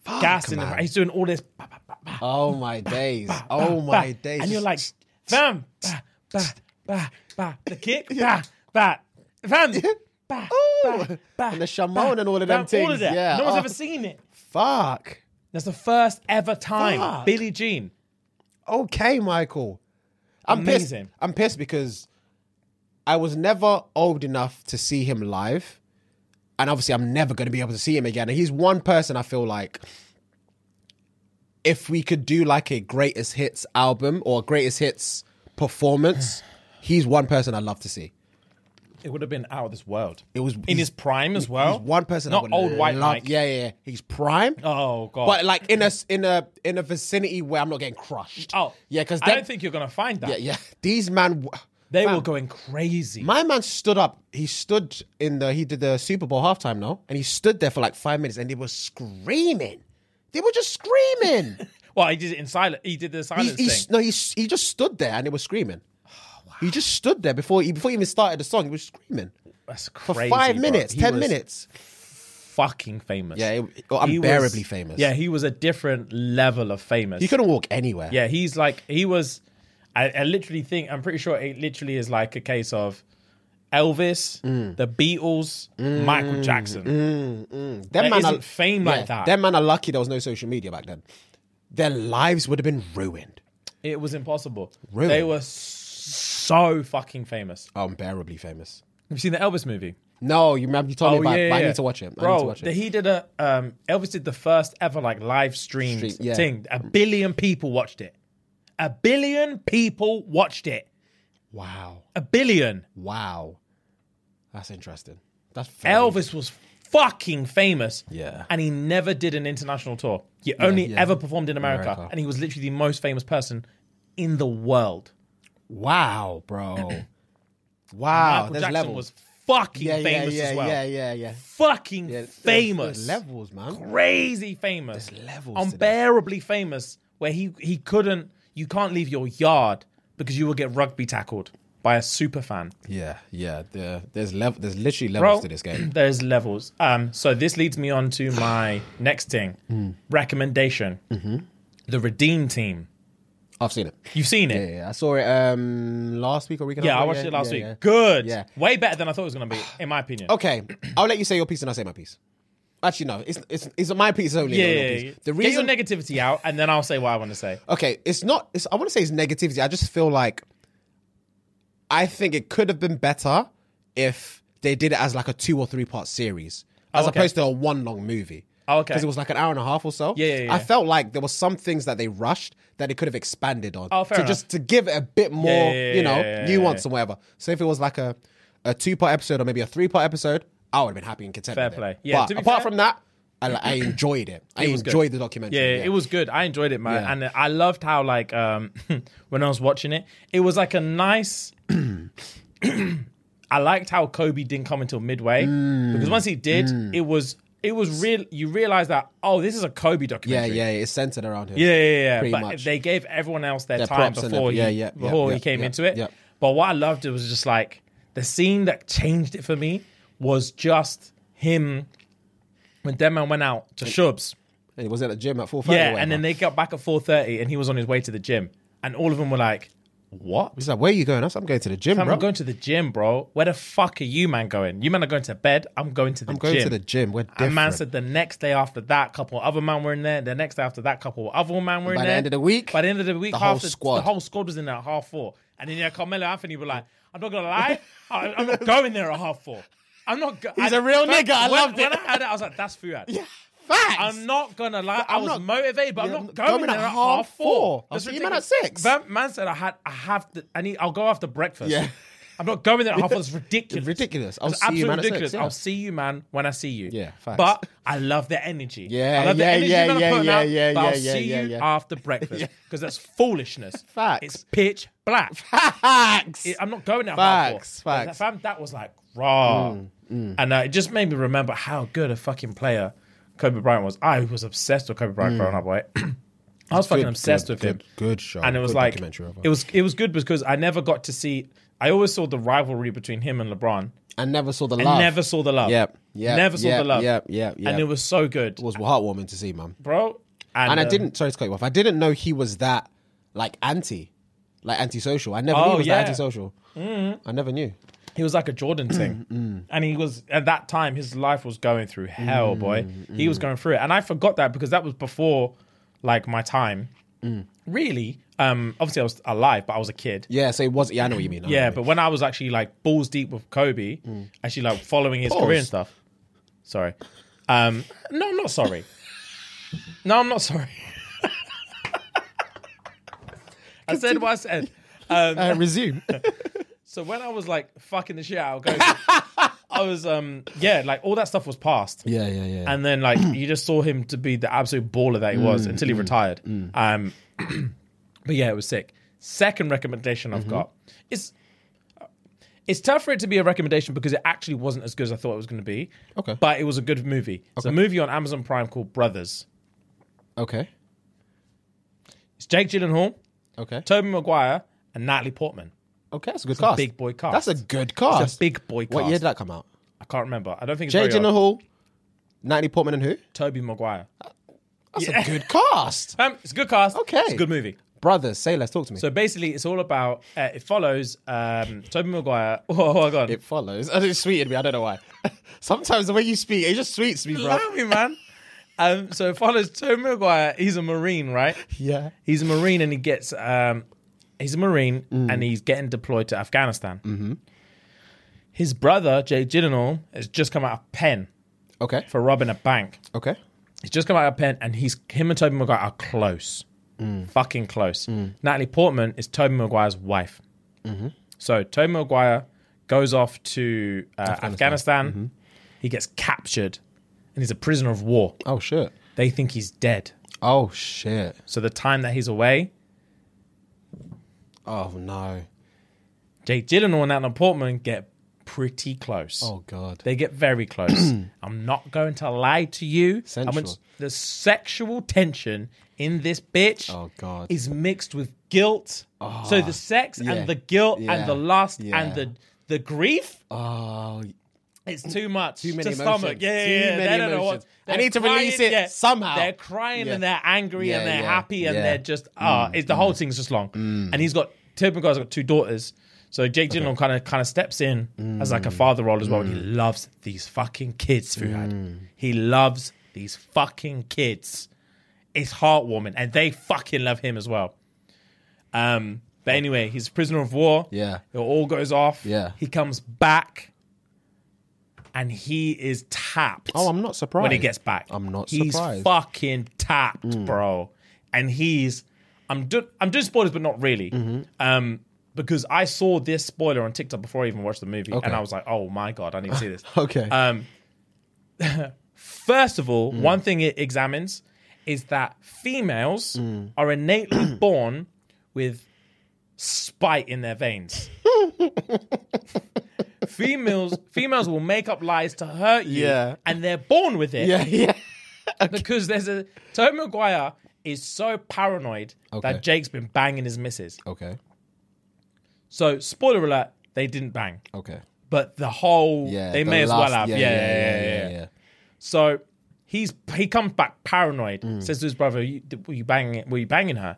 Speaker 1: Fuck,
Speaker 2: gassed in the
Speaker 1: man.
Speaker 2: crowd. He's doing all this, bah, bah, bah, bah,
Speaker 1: Oh my days. Oh
Speaker 2: bah,
Speaker 1: my days.
Speaker 2: and you're like, fam, bah, bah, bah, bah, the kick, bah, bah, fam, bah, bah,
Speaker 1: Ooh.
Speaker 2: bah,
Speaker 1: Oh. And the Shimon and all of them
Speaker 2: fam, All
Speaker 1: things,
Speaker 2: of that.
Speaker 1: yeah.
Speaker 2: no one's
Speaker 1: Oh.
Speaker 2: ever seen it.
Speaker 1: fuck.
Speaker 2: That's the first ever time.
Speaker 1: Fuck.
Speaker 2: Billie Jean.
Speaker 1: Okay, Michael. I'm
Speaker 2: Amazing.
Speaker 1: pissed. I'm pissed because I was never old enough to see him live, and obviously, I'm never going to be able to see him again. And he's one person I feel like. If we could do like a greatest hits album or greatest hits performance, he's one person I'd love to see.
Speaker 2: It would have been out of this world.
Speaker 1: It was
Speaker 2: in his prime as well.
Speaker 1: He's one person. I
Speaker 2: not
Speaker 1: would
Speaker 2: old white
Speaker 1: love-
Speaker 2: Mike.
Speaker 1: Yeah, yeah, yeah. He's prime.
Speaker 2: Oh god.
Speaker 1: But like in a s- in a in a vicinity where I'm not getting crushed.
Speaker 2: oh
Speaker 1: yeah, because
Speaker 2: I don't think you're gonna find that.
Speaker 1: yeah, yeah. These man, w-
Speaker 2: They were going crazy.
Speaker 1: my man stood up. He stood in the he did the Super Bowl halftime now, and he stood there for like five minutes, and they were screaming. They were just screaming.
Speaker 2: well, he did it in silence. He did the
Speaker 1: he,
Speaker 2: silence
Speaker 1: he s-
Speaker 2: thing.
Speaker 1: no, he s- he just stood there, and they were screaming.
Speaker 2: Oh,
Speaker 1: He just stood there before he before he even started the song. He was screaming
Speaker 2: That's
Speaker 1: for
Speaker 2: crazy.
Speaker 1: five
Speaker 2: bro.
Speaker 1: minutes,
Speaker 2: He
Speaker 1: ten
Speaker 2: was
Speaker 1: minutes.
Speaker 2: Fucking famous.
Speaker 1: Yeah, it, it got
Speaker 2: He was-
Speaker 1: unbearably famous.
Speaker 2: Yeah, he was a different level of famous.
Speaker 1: he couldn't walk anywhere.
Speaker 2: Yeah, he's like he was. I, I literally think I'm pretty sure it literally is like a case of Elvis,
Speaker 1: Mm.
Speaker 2: the Beatles, Michael Jackson.
Speaker 1: Them
Speaker 2: There
Speaker 1: man
Speaker 2: isn't
Speaker 1: are,
Speaker 2: fame like that.
Speaker 1: Them man are lucky there was no social media back then. Their lives would have been ruined.
Speaker 2: It was impossible.
Speaker 1: Really?
Speaker 2: They were so fucking famous.
Speaker 1: Oh, Unbearably famous.
Speaker 2: Have you seen the Elvis movie? Oh,
Speaker 1: No, you remember you told me about it, but I
Speaker 2: yeah.
Speaker 1: need to watch it. I
Speaker 2: Bro,
Speaker 1: need to watch
Speaker 2: the-
Speaker 1: it.
Speaker 2: he did a um, Elvis did the first ever like live streamed
Speaker 1: Stream, yeah.
Speaker 2: thing. A billion people watched it. A billion people watched it.
Speaker 1: Wow.
Speaker 2: A billion.
Speaker 1: Wow. That's interesting. That's very-
Speaker 2: Elvis was fucking famous.
Speaker 1: Yeah.
Speaker 2: And he never did an international tour. He only
Speaker 1: yeah.
Speaker 2: ever performed in America,
Speaker 1: America.
Speaker 2: And he was literally the most famous person in the world.
Speaker 1: Wow, bro. wow.
Speaker 2: Michael
Speaker 1: Ah, There's
Speaker 2: Jackson
Speaker 1: levels.
Speaker 2: was fucking
Speaker 1: yeah, yeah,
Speaker 2: famous
Speaker 1: yeah,
Speaker 2: as well.
Speaker 1: yeah, yeah, yeah.
Speaker 2: Fucking
Speaker 1: There's-
Speaker 2: famous.
Speaker 1: there's levels, man.
Speaker 2: Crazy famous.
Speaker 1: There's levels to this.
Speaker 2: Unbearably famous where he, he couldn't, you can't leave your yard because you will get rugby tackled by a super fan.
Speaker 1: Yeah, yeah. There, there's level. There's literally levels to this game.
Speaker 2: There's levels. Um, so this leads me on to my next thing
Speaker 1: Hmm.
Speaker 2: recommendation:
Speaker 1: Mm-hmm.
Speaker 2: the Redeem Team.
Speaker 1: I've seen it.
Speaker 2: You've seen it,
Speaker 1: Yeah, yeah, I saw it um last week or week. and a
Speaker 2: yeah.
Speaker 1: half
Speaker 2: I
Speaker 1: ago,
Speaker 2: watched it last
Speaker 1: yeah,
Speaker 2: week.
Speaker 1: yeah.
Speaker 2: Good,
Speaker 1: Yeah.
Speaker 2: way better than I thought it was going to be, in my opinion.
Speaker 1: Okay, I'll let you say your piece and I'll say my piece. Actually, no, it's it's, it's my piece only.
Speaker 2: yeah,
Speaker 1: not
Speaker 2: yeah,
Speaker 1: your
Speaker 2: yeah.
Speaker 1: piece. The
Speaker 2: get your
Speaker 1: reason,
Speaker 2: negativity out, and then I'll say what I want to say.
Speaker 1: okay, it's not. It's, I want to say it's negativity. I just feel like I think it could have been better if they did it as like a two or three part series, as
Speaker 2: Oh, okay.
Speaker 1: opposed to a one long movie.
Speaker 2: Oh, okay.
Speaker 1: because it was like an hour and a half or so.
Speaker 2: Yeah, yeah, yeah.
Speaker 1: I felt like there were some things that they rushed that they could have expanded on.
Speaker 2: Oh, fair
Speaker 1: to
Speaker 2: enough.
Speaker 1: just to give it a bit more,
Speaker 2: yeah, yeah,
Speaker 1: you know,
Speaker 2: yeah, yeah, yeah,
Speaker 1: nuance and whatever. So if it was like a a two part episode or maybe a three part episode, I would have been happy and content.
Speaker 2: Fair
Speaker 1: with
Speaker 2: play.
Speaker 1: It.
Speaker 2: Yeah,
Speaker 1: But
Speaker 2: to be
Speaker 1: apart
Speaker 2: fair-
Speaker 1: from that, I, I enjoyed it. I
Speaker 2: was good.
Speaker 1: enjoyed the documentary.
Speaker 2: Yeah, it was good. I enjoyed it, man,
Speaker 1: Yeah.
Speaker 2: and I loved how like um, when I was watching it, it was like a nice. I liked how Kobe didn't come until midway
Speaker 1: Mm.
Speaker 2: because once he did, it was it was real. You realize that oh, this is a Kobe
Speaker 1: Yeah,
Speaker 2: documentary.
Speaker 1: yeah, it's centered around him.
Speaker 2: yeah, yeah. yeah.
Speaker 1: Pretty
Speaker 2: But
Speaker 1: much.
Speaker 2: they gave everyone else their,
Speaker 1: Their
Speaker 2: time
Speaker 1: props and
Speaker 2: before he,
Speaker 1: everything. Yeah, yeah, yeah,
Speaker 2: before
Speaker 1: yeah,
Speaker 2: he came
Speaker 1: yeah,
Speaker 2: into it.
Speaker 1: yeah.
Speaker 2: But what I loved it was just like the scene that changed it for me was just him when Deadman went out to Shubs.
Speaker 1: And he was at the gym at four thirty.
Speaker 2: Yeah, and then they got back at four thirty, and he was on his way to the gym, and all of them were like, What?
Speaker 1: He's like, where are you going? I said, I'm going to the gym,
Speaker 2: I'm
Speaker 1: bro.
Speaker 2: going to the gym, bro. Where the fuck are you, man, going? You man are going to bed. I'm going to the
Speaker 1: I'm going
Speaker 2: gym.
Speaker 1: to the gym. We're
Speaker 2: and
Speaker 1: different.
Speaker 2: man said the next day after that, couple other man were in there. The next day after that, couple other man were in
Speaker 1: By the
Speaker 2: there.
Speaker 1: end of the week,
Speaker 2: By the end of the week,
Speaker 1: the
Speaker 2: half
Speaker 1: whole
Speaker 2: the,
Speaker 1: squad.
Speaker 2: the whole squad was in there at half four. And then yeah, Carmelo Anthony were like, I'm not gonna lie, I, am not going there at half four. I'm not. Go-
Speaker 1: He's
Speaker 2: I-
Speaker 1: a real
Speaker 2: when-
Speaker 1: nigga, I
Speaker 2: when,
Speaker 1: loved it.
Speaker 2: When I had it, I was like, that's Fuad.
Speaker 1: Facts.
Speaker 2: I'm not gonna lie. i
Speaker 1: I'm
Speaker 2: was
Speaker 1: not-
Speaker 2: motivated, but
Speaker 1: Yeah,
Speaker 2: I'm not going, there at half four.
Speaker 1: I'll
Speaker 2: That's
Speaker 1: see you, man, at
Speaker 2: ridiculous.
Speaker 1: six.
Speaker 2: Man, man said I had. I have. To, I need. I'll go after breakfast.
Speaker 1: Yeah.
Speaker 2: I'm not going there at half four. It's ridiculous.
Speaker 1: ridiculous. I'll
Speaker 2: It's
Speaker 1: see you,
Speaker 2: absolutely
Speaker 1: man, at six,
Speaker 2: ridiculous.
Speaker 1: yeah.
Speaker 2: I'll see you, man, when I see you.
Speaker 1: Yeah, facts.
Speaker 2: But I love the energy.
Speaker 1: Yeah,
Speaker 2: I love
Speaker 1: yeah,
Speaker 2: the energy
Speaker 1: yeah,
Speaker 2: man I'm
Speaker 1: yeah,
Speaker 2: putting
Speaker 1: yeah,
Speaker 2: out,
Speaker 1: yeah,
Speaker 2: but I'll
Speaker 1: yeah,
Speaker 2: see
Speaker 1: yeah,
Speaker 2: you
Speaker 1: yeah.
Speaker 2: after breakfast because that's foolishness.
Speaker 1: Facts.
Speaker 2: It's pitch black.
Speaker 1: Facts.
Speaker 2: It- I'm not going out.
Speaker 1: Facts,
Speaker 2: Hardcore.
Speaker 1: facts. Mm,
Speaker 2: That, fam, that was like raw, and uh, it just made me remember how good a fucking player Kobe Bryant was. I was obsessed with Kobe Bryant growing up. Right? I was fucking
Speaker 1: Mm.
Speaker 2: obsessed
Speaker 1: good,
Speaker 2: with him.
Speaker 1: good- good show.
Speaker 2: and it was
Speaker 1: Good
Speaker 2: like
Speaker 1: documentary of him.
Speaker 2: it was it was good because I never got to see. I always saw the rivalry between him and LeBron.
Speaker 1: I never saw the
Speaker 2: I
Speaker 1: love.
Speaker 2: never saw the love.
Speaker 1: Yep. Yep.
Speaker 2: Never saw
Speaker 1: yep,
Speaker 2: the love.
Speaker 1: Yep. Yep. yep.
Speaker 2: And it was so good,
Speaker 1: It was heartwarming to see, man.
Speaker 2: bro.
Speaker 1: And I
Speaker 2: um,
Speaker 1: didn't. Sorry to cut you off. I didn't know he was that like anti, like antisocial. I never knew
Speaker 2: Oh,
Speaker 1: he was
Speaker 2: yeah. Mm-hmm.
Speaker 1: that antisocial. I never knew.
Speaker 2: He was like a Jordan thing.
Speaker 1: Mm,
Speaker 2: And he was, at that time, his life was going through hell,
Speaker 1: Mm,
Speaker 2: boy. He was going through it. And I forgot that because that was before, like, my time. Really. Um, obviously, I was alive, but I was a kid.
Speaker 1: Mm. Yeah. So it was. Yeah, I know what you mean. I know
Speaker 2: Yeah,
Speaker 1: what you
Speaker 2: but when I was actually, like, balls deep with Kobe, actually, like, following his
Speaker 1: Mm. Pause.
Speaker 2: career and stuff. Sorry. Um, no, I'm not sorry. no, I'm not sorry. I said what I said. Um,
Speaker 1: mean. Uh, resume.
Speaker 2: so when I was like fucking the shit out of Goku, I was um yeah, like all that stuff was past.
Speaker 1: yeah. Yeah. Yeah.
Speaker 2: And then like you just saw him to be the absolute baller that he was
Speaker 1: Mm,
Speaker 2: until he retired. Um but yeah, it was sick. Second recommendation
Speaker 1: Mm-hmm.
Speaker 2: I've got is it's tough for it to be a recommendation because it actually wasn't as good as I thought it was going to be.
Speaker 1: Okay.
Speaker 2: But it was a good movie. It's a movie on Amazon Prime called Brothers.
Speaker 1: okay.
Speaker 2: It's Jake Gyllenhaal,
Speaker 1: Okay.
Speaker 2: Tobey Maguire, and Natalie Portman.
Speaker 1: Okay. That's a good cast.
Speaker 2: big boy
Speaker 1: That's
Speaker 2: cast.
Speaker 1: a good cast.
Speaker 2: It's a big boy cast.
Speaker 1: What year did that come out?
Speaker 2: I can't remember. I don't think it's
Speaker 1: Jay
Speaker 2: very
Speaker 1: Gyllenhaal,
Speaker 2: old.
Speaker 1: Natalie Portman, and who?
Speaker 2: Toby Maguire.
Speaker 1: That's a good cast.
Speaker 2: Um, it's a good cast.
Speaker 1: Okay.
Speaker 2: It's a good movie.
Speaker 1: Brothers, say less. Talk to me.
Speaker 2: So basically, it's all about, uh, it follows um, Toby Maguire. Oh, hold on.
Speaker 1: it follows. It sweetened me. I don't know why. Sometimes the way you speak, it just sweets me, bro.
Speaker 2: Allow me, man. Um, so it follows Toby Maguire. He's a Marine, right?
Speaker 1: Yeah.
Speaker 2: He's a Marine and he gets, um, he's a Marine
Speaker 1: Mm.
Speaker 2: and he's getting deployed to Afghanistan. Mm-hmm. His brother, Jay Gyllenhaal, has just come out of pen
Speaker 1: Okay.
Speaker 2: for robbing a bank.
Speaker 1: Okay.
Speaker 2: He's just come out of pen, and he's him and Toby Maguire are close,
Speaker 1: Mm.
Speaker 2: fucking close. Natalie Portman is Toby Maguire's wife.
Speaker 1: Mm-hmm.
Speaker 2: So Toby Maguire goes off to uh, Afghanistan.
Speaker 1: Mm-hmm.
Speaker 2: He gets captured, and he's a prisoner of war.
Speaker 1: Oh shit.
Speaker 2: They think he's dead.
Speaker 1: Oh shit.
Speaker 2: So the time that he's away,
Speaker 1: Oh no.
Speaker 2: Jake Gyllenhaal and Natalie Portman get pretty close.
Speaker 1: Oh god.
Speaker 2: They get very close. I'm not going to lie to you. I went-
Speaker 1: Sensual.
Speaker 2: the sexual tension in this bitch
Speaker 1: Oh, God. Ah,
Speaker 2: is mixed with guilt. so the sex
Speaker 1: yeah,
Speaker 2: and the guilt
Speaker 1: yeah,
Speaker 2: and the lust
Speaker 1: yeah.
Speaker 2: and the the grief.
Speaker 1: Oh,
Speaker 2: It's too much. Too
Speaker 1: many
Speaker 2: to stomach.
Speaker 1: emotions.
Speaker 2: Yeah, yeah,
Speaker 1: Too
Speaker 2: yeah.
Speaker 1: many
Speaker 2: they don't know what.
Speaker 1: emotions. I
Speaker 2: they're
Speaker 1: need to release
Speaker 2: crying,
Speaker 1: it somehow.
Speaker 2: They're crying
Speaker 1: Yeah.
Speaker 2: and they're angry
Speaker 1: Yeah,
Speaker 2: and they're
Speaker 1: yeah,
Speaker 2: happy and
Speaker 1: yeah. Mm,
Speaker 2: they're just ah. it's the whole thing's just long. And he's got Turpin guy's got two daughters. So Jake Gyllenhaal kind of kind of steps in as
Speaker 1: Mm.
Speaker 2: like a father role as well, and he loves these fucking kids, Fuhad.
Speaker 1: Mm.
Speaker 2: He loves these fucking kids. It's heartwarming, and they fucking love him as well. Um, but anyway, he's a prisoner of war.
Speaker 1: Yeah.
Speaker 2: It all goes off.
Speaker 1: Yeah.
Speaker 2: He comes back and he is tapped.
Speaker 1: Oh, I'm not surprised.
Speaker 2: When he gets back.
Speaker 1: I'm not
Speaker 2: he's
Speaker 1: surprised. Mm.
Speaker 2: fucking tapped, bro. And he's I'm do, I'm doing spoilers, but not really.
Speaker 1: Mm-hmm.
Speaker 2: Um because I saw this spoiler on TikTok before I even watched the movie,
Speaker 1: Okay.
Speaker 2: and I was like, "Oh my god, I need to see this."
Speaker 1: Okay.
Speaker 2: Um, first of
Speaker 1: Mm.
Speaker 2: all, one thing it examines is that females
Speaker 1: Mm.
Speaker 2: are innately born with spite in their veins. females females will make up lies to hurt you,
Speaker 1: Yeah.
Speaker 2: and they're born with it
Speaker 1: yeah, yeah.
Speaker 2: because there's a Tobey Maguire is so paranoid
Speaker 1: Okay.
Speaker 2: that Jake's been banging his missus.
Speaker 1: Okay.
Speaker 2: So spoiler alert, they didn't bang,
Speaker 1: Okay.
Speaker 2: but the whole
Speaker 1: Yeah.
Speaker 2: they
Speaker 1: the
Speaker 2: may as
Speaker 1: last-
Speaker 2: well have. yeah, yeah. yeah, yeah. So he's he
Speaker 1: Mm.
Speaker 2: comes back paranoid, says to his brother, you, "Were you banging? Were you banging her?"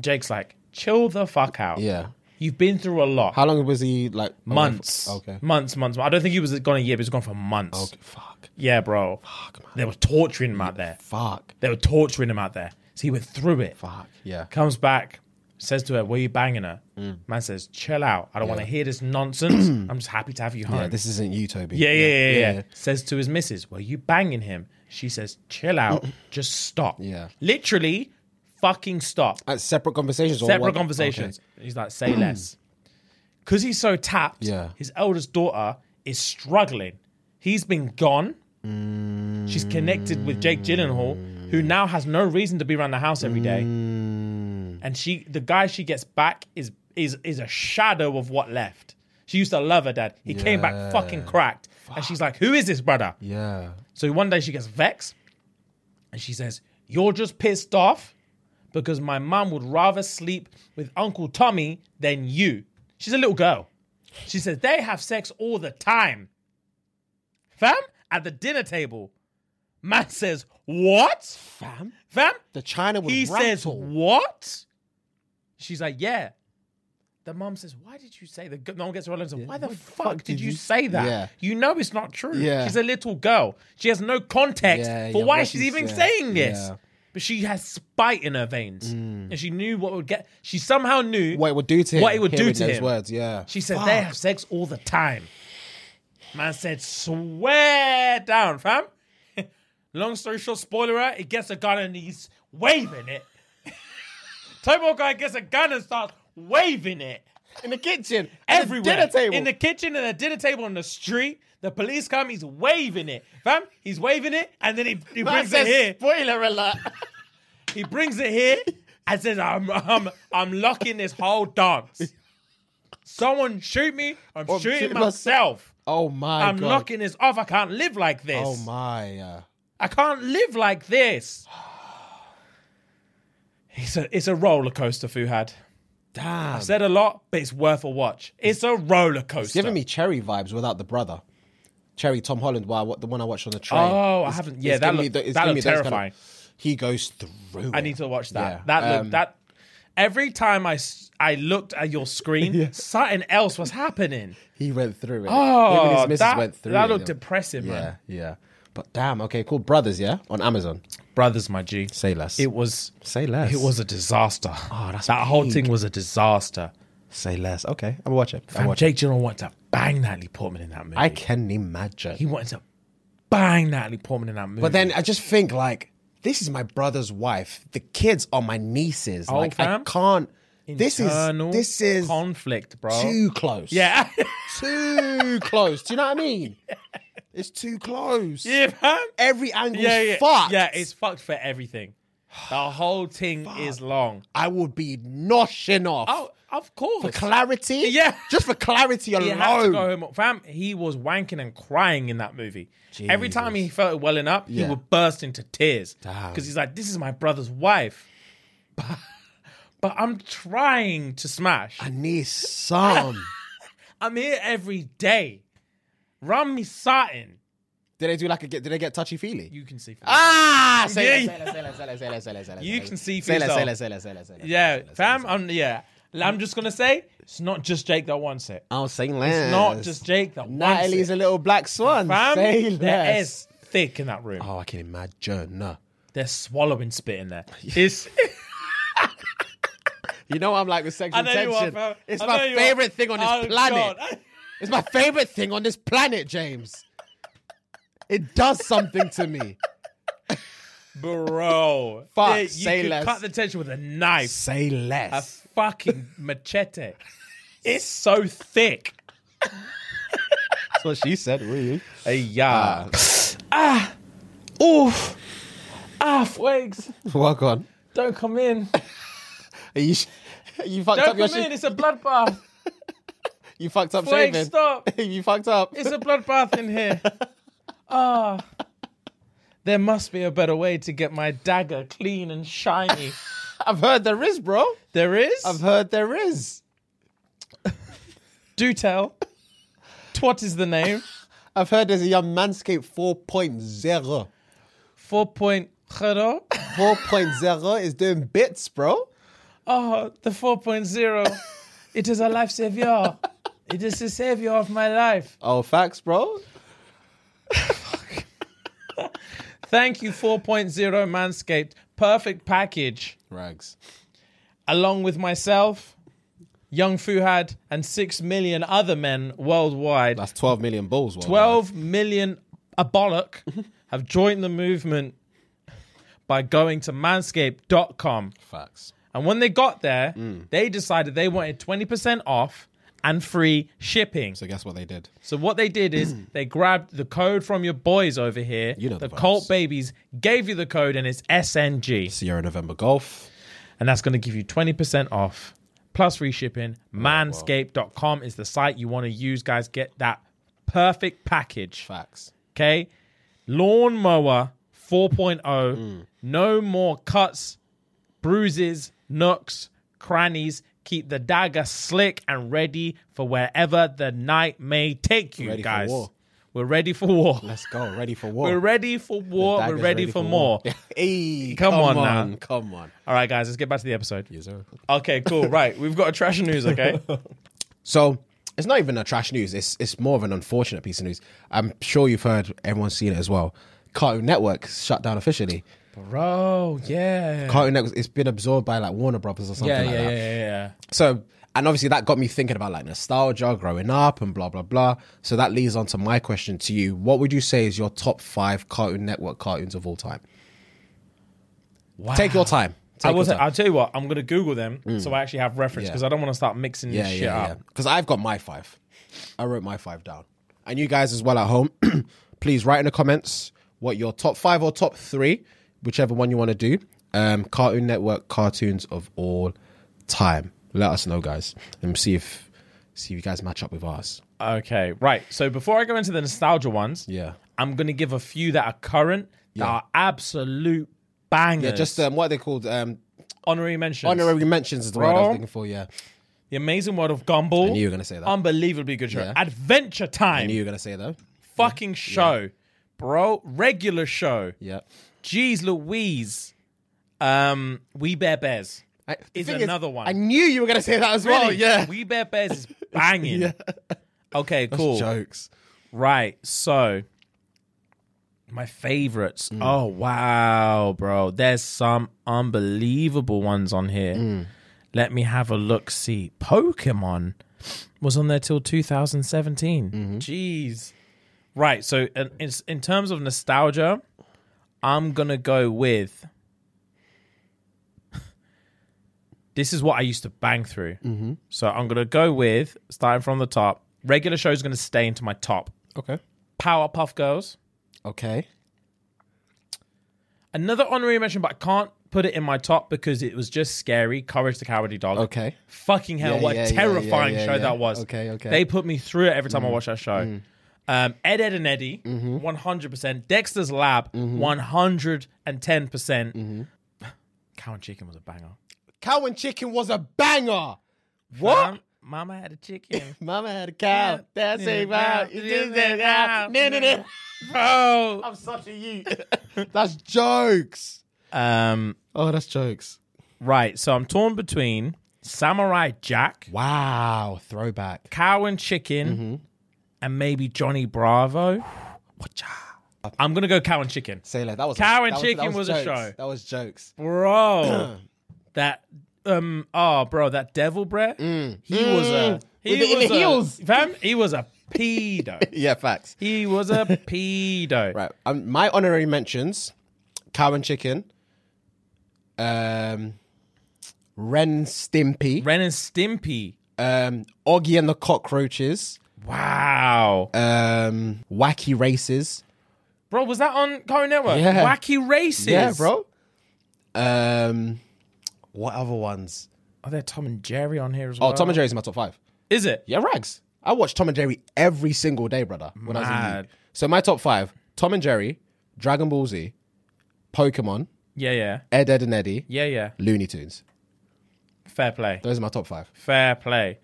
Speaker 2: Jake's like, chill the fuck out.
Speaker 1: Yeah.
Speaker 2: You've been through a lot.
Speaker 1: How long was he like? away for-
Speaker 2: months.
Speaker 1: Okay.
Speaker 2: Months, months. I don't think he was gone a year, but he was gone for months.
Speaker 1: Okay, Fuck.
Speaker 2: Yeah, bro.
Speaker 1: Fuck, man.
Speaker 2: They were torturing him out there.
Speaker 1: Fuck.
Speaker 2: They were torturing him out there. So he went through it.
Speaker 1: Fuck. Yeah.
Speaker 2: Comes back, says to her, Were you banging her?
Speaker 1: Mm.
Speaker 2: Man says, Chill out. I don't want to hear this nonsense. I'm just happy to have you home.
Speaker 1: Yeah, this isn't you, Toby.
Speaker 2: Yeah, yeah, yeah, yeah, Says to his missus, Were you banging him? She says, Chill out, just stop.
Speaker 1: Yeah.
Speaker 2: Literally, fucking stop.
Speaker 1: Uh, separate conversations. or
Speaker 2: Separate
Speaker 1: what?
Speaker 2: conversations. He's like, Say less. Because he's so tapped,
Speaker 1: Yeah.
Speaker 2: his eldest daughter is struggling. He's been gone. She's connected with Jake Gyllenhaal, who now has no reason to be around the house every day. And she, the guy she gets back is is is a shadow of what left. She used to love her dad. He came
Speaker 1: Yeah.
Speaker 2: back fucking cracked, and she's like, "Who is this brother?"
Speaker 1: Okay. Yeah.
Speaker 2: So one day she gets vexed, and she says, "You're just pissed off because my mum would rather sleep with Uncle Tommy than you." She's a little girl. She says they have sex all the time. Fam, at the dinner table, man says, "What,
Speaker 1: Fam,
Speaker 2: fam?"
Speaker 1: the China would
Speaker 2: He says,
Speaker 1: rattle.
Speaker 2: "What?" She's like, "Yeah." The mum says, "Why did you say that?" No one gets her alone. Why the fuck, did you say that?
Speaker 1: Yeah.
Speaker 2: You know it's not true.
Speaker 1: Yeah.
Speaker 2: She's a little girl. She has no context
Speaker 1: Yeah,
Speaker 2: for
Speaker 1: yeah,
Speaker 2: why
Speaker 1: what
Speaker 2: she's
Speaker 1: she
Speaker 2: even
Speaker 1: said.
Speaker 2: saying this.
Speaker 1: Yeah. Mm.
Speaker 2: But she has spite in her veins, and she knew what would get. She somehow knew
Speaker 1: What it would do to him.
Speaker 2: What it would do
Speaker 1: hearing
Speaker 2: to
Speaker 1: those
Speaker 2: him.
Speaker 1: words. Yeah.
Speaker 2: she said they have sex all the time. Man said, swear down, fam. Long story short, spoiler out, he gets a gun and he's waving it. Turbo guy gets a gun and starts waving it
Speaker 1: in the kitchen,
Speaker 2: everywhere.
Speaker 1: at the dinner table.
Speaker 2: In the kitchen, in the dinner table, on the street. The police come, he's waving it. Fam, he's waving it and then he, he
Speaker 1: Man
Speaker 2: brings it
Speaker 1: says,
Speaker 2: here.
Speaker 1: Spoiler alert.
Speaker 2: He brings it here and says, I'm, I'm, I'm locking this whole dance. Someone shoot me, I'm
Speaker 1: Or
Speaker 2: shooting
Speaker 1: shoot myself.
Speaker 2: myself.
Speaker 1: oh my
Speaker 2: I'm
Speaker 1: god.
Speaker 2: knocking this off. I can't live like this.
Speaker 1: Oh my. Uh,
Speaker 2: I can't live like this. It's a it's a roller coaster, Fuhad.
Speaker 1: damn.
Speaker 2: Said a lot, but it's worth a watch. It's a roller coaster.
Speaker 1: giving me cherry vibes without the brother. Cherry Tom Holland, why what the one I watched on the train.
Speaker 2: Oh, I haven't. Yeah,
Speaker 1: It's
Speaker 2: that
Speaker 1: giving me
Speaker 2: looked,
Speaker 1: tho- it's
Speaker 2: that
Speaker 1: giving
Speaker 2: looked
Speaker 1: me those kind of-
Speaker 2: terrifying.
Speaker 1: he goes through.
Speaker 2: I need to watch that.
Speaker 1: Yeah,
Speaker 2: That looked
Speaker 1: um,
Speaker 2: that. Every time I s- I looked at your screen, something else was happening.
Speaker 1: He went through it. Him and
Speaker 2: Oh,
Speaker 1: his missus
Speaker 2: that,
Speaker 1: went through
Speaker 2: that
Speaker 1: it,
Speaker 2: looked
Speaker 1: yeah.
Speaker 2: depressing, man.
Speaker 1: Yeah, yeah. But damn, okay, cool. Brothers, yeah, on Amazon.
Speaker 2: Brothers, my G.
Speaker 1: Say less.
Speaker 2: It was
Speaker 1: Say less.
Speaker 2: it was a disaster. Oh,
Speaker 1: that's
Speaker 2: that whole
Speaker 1: big.
Speaker 2: thing was a disaster.
Speaker 1: Say less. Okay, I'll watch it. I'll
Speaker 2: And
Speaker 1: watch
Speaker 2: Jake Gyllenhaal wanted to bang Natalie Portman in that movie.
Speaker 1: it. I can imagine.
Speaker 2: he wanted to bang Natalie Portman in that movie.
Speaker 1: but then I just think like this is my brother's wife. The kids are my nieces. like I
Speaker 2: fam.
Speaker 1: can't. This
Speaker 2: Internal
Speaker 1: is this is
Speaker 2: conflict, bro.
Speaker 1: too close.
Speaker 2: yeah,
Speaker 1: too close. Do you know what I mean? It's too close.
Speaker 2: yeah, man.
Speaker 1: Every angle's
Speaker 2: Yeah, yeah,
Speaker 1: fucked.
Speaker 2: yeah. It's fucked for everything. The whole thing is long.
Speaker 1: I would be noshing off.
Speaker 2: Oh, of course.
Speaker 1: For clarity?
Speaker 2: Yeah.
Speaker 1: Just for clarity
Speaker 2: He had to
Speaker 1: alone.
Speaker 2: go home. Fam, he was wanking and crying in that movie. Every time he felt it welling up,
Speaker 1: Yeah.
Speaker 2: he would burst into tears.
Speaker 1: Damn.
Speaker 2: Because he's like, this is my brother's wife. But, but I'm trying to smash.
Speaker 1: I need some.
Speaker 2: I'm here every day. Run me something.
Speaker 1: did they do like a get? Did they get touchy feely?
Speaker 2: You can see. For
Speaker 1: Ah, say
Speaker 2: Yeah.
Speaker 1: less, say less, say less, say less, say less, say less.
Speaker 2: You can see for
Speaker 1: Say less, say
Speaker 2: yourself.
Speaker 1: less, say less, say less, say less.
Speaker 2: yeah, fam. I'm, yeah. I'm just going to say, it's not just Jake that wants it.
Speaker 1: I'll say less.
Speaker 2: Not just Jake that
Speaker 1: Natalie's
Speaker 2: wants it.
Speaker 1: a little black swan.
Speaker 2: Fam,
Speaker 1: say
Speaker 2: there
Speaker 1: less.
Speaker 2: is thick in that room.
Speaker 1: Oh, I can imagine. Nah.
Speaker 2: They're swallowing spit in there. It's.
Speaker 1: You know I'm like with sexual
Speaker 2: I know you are,
Speaker 1: tension.
Speaker 2: fam.
Speaker 1: it's
Speaker 2: I know
Speaker 1: my
Speaker 2: you are.
Speaker 1: favorite thing on this
Speaker 2: Oh,
Speaker 1: planet.
Speaker 2: God.
Speaker 1: It's my favorite thing on this planet, James. It does something to me.
Speaker 2: Bro.
Speaker 1: Fuck,
Speaker 2: you
Speaker 1: say
Speaker 2: could
Speaker 1: less.
Speaker 2: cut the tension with a knife.
Speaker 1: Say
Speaker 2: A
Speaker 1: less.
Speaker 2: fucking machete. It's so thick.
Speaker 1: That's what she said, really.
Speaker 2: Hey, yeah. Ah. Oof. Ah, twigs.
Speaker 1: Walk on.
Speaker 2: Don't come in.
Speaker 1: Are you, are you fucked up
Speaker 2: Don't
Speaker 1: your
Speaker 2: come in.
Speaker 1: shit.
Speaker 2: It's a bloodbath.
Speaker 1: You fucked up
Speaker 2: Wait,
Speaker 1: shaving.
Speaker 2: stop.
Speaker 1: you fucked up.
Speaker 2: It's a bloodbath in here. Ah. There must be a better way to get my dagger clean and shiny.
Speaker 1: I've heard there is, bro.
Speaker 2: There is?
Speaker 1: I've heard there is.
Speaker 2: Do tell. Twat is the name.
Speaker 1: I've heard there's a young Manscaped 4.0.
Speaker 2: 4.0.
Speaker 1: 4.0 is doing bits, bro.
Speaker 2: oh, the 4.0, it is a life savior. It is the savior of my life.
Speaker 1: Oh, facts, bro.
Speaker 2: Thank you, 4.0 Manscaped. Perfect package.
Speaker 1: Rags.
Speaker 2: along with myself, young Fuhad, and six million other men worldwide,
Speaker 1: That's 12 million balls. worldwide.
Speaker 2: 12 million a bollock have joined the movement by going to manscaped.com.
Speaker 1: Facts.
Speaker 2: And when they got there,
Speaker 1: Mm.
Speaker 2: they decided they wanted 20% off and free shipping.
Speaker 1: So guess what they did?
Speaker 2: So what they did is they grabbed the code from your boys over here,
Speaker 1: You know
Speaker 2: the
Speaker 1: the vibes.
Speaker 2: Cult Babies, gave you the code and it's SNG.
Speaker 1: Sierra November Golf.
Speaker 2: and that's going to give you 20% off plus free shipping.
Speaker 1: Oh,
Speaker 2: Manscaped.com is the site you want to use, guys. Get that perfect package.
Speaker 1: Facts.
Speaker 2: Okay. Lawnmower 4.0.
Speaker 1: Mm.
Speaker 2: No more cuts, bruises, nooks, crannies. Keep the dagger slick and ready for wherever the night may take you,
Speaker 1: Ready for
Speaker 2: guys.
Speaker 1: war.
Speaker 2: We're ready for war.
Speaker 1: Let's go. Ready for war.
Speaker 2: We're ready for war. We're
Speaker 1: Dagger's
Speaker 2: ready, for, more.
Speaker 1: hey,
Speaker 2: Come on now.
Speaker 1: Come on.
Speaker 2: All right, guys, let's get back to the episode.
Speaker 1: Yes, sir.
Speaker 2: Okay, cool. Right. We've got a trash news, okay?
Speaker 1: So it's not even a trash news. It's it's more of an unfortunate piece of news. I'm sure you've heard. Everyone's seen it as well. Cartoon Network shut down officially.
Speaker 2: Bro, yeah.
Speaker 1: Cartoon Network. It's been absorbed by like Warner Brothers or something
Speaker 2: yeah, yeah,
Speaker 1: like
Speaker 2: yeah,
Speaker 1: that.
Speaker 2: yeah, yeah.
Speaker 1: So, and obviously that got me thinking about like nostalgia, growing up, and blah blah blah. So that leads on to my question to you: What would you say is your top five Cartoon Network cartoons of all time?
Speaker 2: Wow.
Speaker 1: Take your time. Take
Speaker 2: I was.
Speaker 1: your time. Mm.
Speaker 2: I'll tell you what. I'm gonna Google them so I actually have reference
Speaker 1: Yeah.
Speaker 2: because I don't want to start mixing this
Speaker 1: yeah,
Speaker 2: shit
Speaker 1: yeah, yeah.
Speaker 2: up.
Speaker 1: Because I've got my five. I wrote my five down, and you guys as well at home. please write in the comments what your top five or top three, whichever one you want to do, um, Cartoon Network cartoons of all time. Let us know, guys, and see if see if you guys match up with ours.
Speaker 2: Okay, right. So before I go into the nostalgia ones,
Speaker 1: Yeah.
Speaker 2: I'm gonna give a few that are current that are absolute bangers.
Speaker 1: Yeah, just um, what are they called? Um,
Speaker 2: honorary mentions.
Speaker 1: honorary mentions is the word I
Speaker 2: Bro.
Speaker 1: was looking for. Yeah,
Speaker 2: The amazing world of Gumball.
Speaker 1: knew you were gonna say that.
Speaker 2: Unbelievably good show.
Speaker 1: Yeah.
Speaker 2: Adventure
Speaker 1: I
Speaker 2: Time.
Speaker 1: knew you were gonna say though.
Speaker 2: Fucking show, bro. Regular show.
Speaker 1: Yeah,
Speaker 2: Jeez Louise. Um, We Bear Bears.
Speaker 1: I, the
Speaker 2: Is
Speaker 1: thing
Speaker 2: another one.
Speaker 1: I knew you were gonna say that as well.
Speaker 2: Really?
Speaker 1: Yeah,
Speaker 2: We Bear Bears is banging. Okay, cool.
Speaker 1: jokes.
Speaker 2: Right. So, my favorites. Oh, wow, bro. There's some unbelievable ones on here. Let me have a look see. Pokemon was on there till 2017. Jeez. Right. So, in, in, in terms of nostalgia, I'm going to go with. This is what I used to bang through. So I'm going to go with, starting from the top, regular show is going to stay into my top.
Speaker 1: Okay,
Speaker 2: Powerpuff Girls.
Speaker 1: okay.
Speaker 2: Another honorary mention, but I can't put it in my top because it was just scary. Courage the Cowardly Dog.
Speaker 1: Okay.
Speaker 2: Fucking hell,
Speaker 1: Yeah,
Speaker 2: what
Speaker 1: yeah,
Speaker 2: a
Speaker 1: yeah,
Speaker 2: terrifying
Speaker 1: yeah, yeah,
Speaker 2: show
Speaker 1: yeah.
Speaker 2: that was.
Speaker 1: Okay, okay. Mm.
Speaker 2: They put me through it every time I watch that show. Um, Ed, Ed, and Eddie,
Speaker 1: Mm-hmm.
Speaker 2: 100%. Dexter's Lab, 110%. percent
Speaker 1: Mm-hmm.
Speaker 2: Cow and Chicken was a banger.
Speaker 1: Cow and chicken was a banger.
Speaker 2: Mom- Mama had a chicken.
Speaker 1: Mama had a cow. That's
Speaker 2: Yeah.
Speaker 1: a cow.
Speaker 2: Yeah.
Speaker 1: It is
Speaker 2: Yeah.
Speaker 1: a cow. No, no, no.
Speaker 2: Bro.
Speaker 1: I'm such a you. that's jokes.
Speaker 2: Um,
Speaker 1: Oh, that's jokes.
Speaker 2: right, so I'm torn between Samurai Jack.
Speaker 1: Wow, throwback.
Speaker 2: cow and chicken,
Speaker 1: Mm-hmm.
Speaker 2: and maybe Johnny Bravo. I'm gonna go cow and chicken,
Speaker 1: Sailor, that was
Speaker 2: Cow and
Speaker 1: that
Speaker 2: Chicken
Speaker 1: that
Speaker 2: was a
Speaker 1: jokes.
Speaker 2: show.
Speaker 1: That was jokes.
Speaker 2: bro. that um oh bro, that devil bread. He was
Speaker 1: uh,
Speaker 2: a
Speaker 1: Mm.
Speaker 2: he
Speaker 1: With the- in
Speaker 2: was
Speaker 1: the
Speaker 2: a,
Speaker 1: heels.
Speaker 2: fam. He was a pedo.
Speaker 1: Yeah, facts.
Speaker 2: he was a pedo.
Speaker 1: Right. Um, my honorary mentions: cow and chicken, um, Ren Stimpy,
Speaker 2: Ren and Stimpy.
Speaker 1: um, Oggy and the Cockroaches,
Speaker 2: Wow,
Speaker 1: um, Wacky Races.
Speaker 2: bro, was that on Cartoon Network?
Speaker 1: Yeah.
Speaker 2: Wacky races,
Speaker 1: Yeah, bro. Um, what other ones?
Speaker 2: Are there Tom and Jerry on here as
Speaker 1: Oh,
Speaker 2: well?
Speaker 1: Tom and Jerry's in my top five.
Speaker 2: Is it?
Speaker 1: Yeah, rags. I watched Tom and Jerry every single day, brother. When I was in
Speaker 2: Mad.
Speaker 1: you. So my top five: Tom and Jerry, Dragon Ball Z, Pokemon,
Speaker 2: Yeah, yeah,
Speaker 1: Ed, Ed and Eddie,
Speaker 2: yeah, yeah.
Speaker 1: Looney Tunes.
Speaker 2: Fair play.
Speaker 1: Those are my top five.
Speaker 2: Fair play.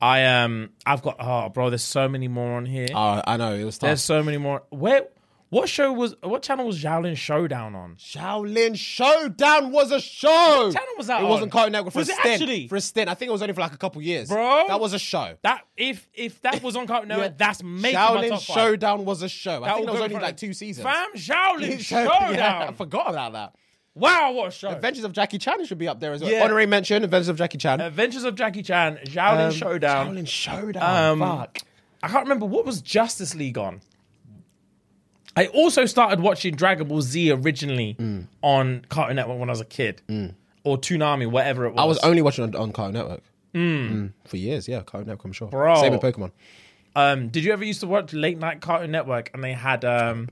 Speaker 2: I um I've got oh bro, there's so many more on here.
Speaker 1: Oh, I know it was tough.
Speaker 2: There's so many more. Where What show was? What channel was Shaolin Showdown on?
Speaker 1: Shaolin Showdown was a show. What
Speaker 2: channel was that
Speaker 1: It
Speaker 2: on?
Speaker 1: wasn't Cartoon Network for
Speaker 2: Was
Speaker 1: a
Speaker 2: it
Speaker 1: stint.
Speaker 2: actually?
Speaker 1: For a stint, I think it was only for like a couple years.
Speaker 2: Bro.
Speaker 1: that was a show.
Speaker 2: That if if that was on Cartoon Network,
Speaker 1: Yeah.
Speaker 2: that's making my
Speaker 1: Shaolin
Speaker 2: top five.
Speaker 1: Showdown was a show. I
Speaker 2: That
Speaker 1: think
Speaker 2: will
Speaker 1: there was
Speaker 2: go
Speaker 1: only
Speaker 2: for-
Speaker 1: like two seasons.
Speaker 2: Fam, Shaolin
Speaker 1: So,
Speaker 2: Showdown.
Speaker 1: yeah, I forgot about that.
Speaker 2: Wow, what a show!
Speaker 1: Adventures of Jackie Chan should be up there as well.
Speaker 2: Yeah.
Speaker 1: Honorary mention, Adventures of Jackie Chan.
Speaker 2: Adventures of Jackie Chan, Shaolin
Speaker 1: Um,
Speaker 2: Showdown.
Speaker 1: Shaolin Showdown.
Speaker 2: Um,
Speaker 1: Fuck.
Speaker 2: I can't remember what was Justice League on. I also started watching Dragon Ball Z originally
Speaker 1: Mm.
Speaker 2: on Cartoon Network when I was a kid, or Toonami, whatever it was.
Speaker 1: I was only watching on, on Cartoon Network. Mm, For years, yeah, Cartoon Network, I'm sure.
Speaker 2: Hmm. Bro.
Speaker 1: Same with Pokemon.
Speaker 2: Um, did you ever used to watch late night Cartoon Network and they had um,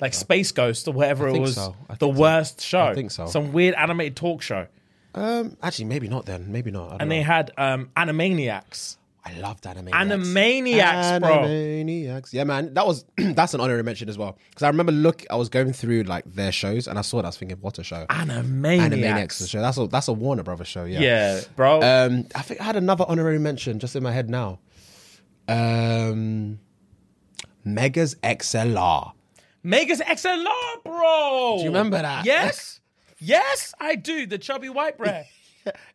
Speaker 2: like Space Ghost or whatever it
Speaker 1: think
Speaker 2: was?
Speaker 1: so. I
Speaker 2: The worst show. I
Speaker 1: think so.
Speaker 2: Some weird animated talk show.
Speaker 1: Um, actually, maybe not then. Maybe not. I don't
Speaker 2: And
Speaker 1: know.
Speaker 2: they had um, Animaniacs.
Speaker 1: I loved Animaniacs.
Speaker 2: Animaniacs, bro.
Speaker 1: Animaniacs. Yeah, man. That was that's an honorary mention as well. Because I remember look, I was going through like their shows and I saw that. I was thinking, what a show.
Speaker 2: Animaniacs. Uh,
Speaker 1: Animaniacs is a show. That's a that's a Warner Brothers show. Yeah.
Speaker 2: Yeah, bro.
Speaker 1: Um, I think I had another honorary mention just in my head now. Um, Megas XLR.
Speaker 2: Megas XLR, bro. Do
Speaker 1: you remember that?
Speaker 2: Yes. yes, I do. The chubby white bread.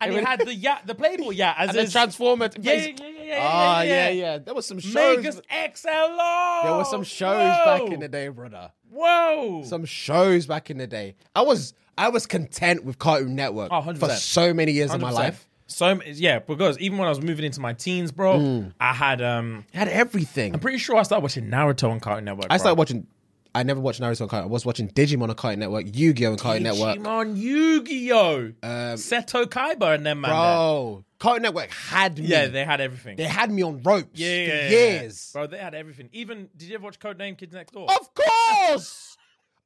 Speaker 2: And he
Speaker 1: It was-
Speaker 2: had the ya the Playboy yacht as his
Speaker 1: Transformer.
Speaker 2: Yeah, yeah, yeah, yeah, yeah,
Speaker 1: Ah,
Speaker 2: yeah.
Speaker 1: yeah, yeah. There was some shows.
Speaker 2: Megas Oh, XLR.
Speaker 1: there were some shows back in the day, brother.
Speaker 2: Whoa.
Speaker 1: Some shows back in the day. I was I was content with Cartoon Network
Speaker 2: Oh, 100%.
Speaker 1: for so many years of my
Speaker 2: 100%.
Speaker 1: life.
Speaker 2: So m- yeah, because even when I was moving into my teens, bro,
Speaker 1: Mm.
Speaker 2: I had um
Speaker 1: It had everything.
Speaker 2: I'm pretty sure I started watching Naruto on Cartoon Network.
Speaker 1: I started watching. I never watched Naruto on Cartoon. I was watching Digimon on Cartoon Network, Yu-Gi-Oh on Cartoon Network. Um,
Speaker 2: Digimon, Yu-Gi-Oh, Seto Kaiba, and them man. there.
Speaker 1: Bro, Cartoon Network had me.
Speaker 2: Yeah, they had everything.
Speaker 1: They had me on ropes
Speaker 2: yeah, yeah,
Speaker 1: for
Speaker 2: yeah, yeah.
Speaker 1: years.
Speaker 2: Bro, they had everything. Even did you ever watch Codename Kids Next Door?
Speaker 1: Of course!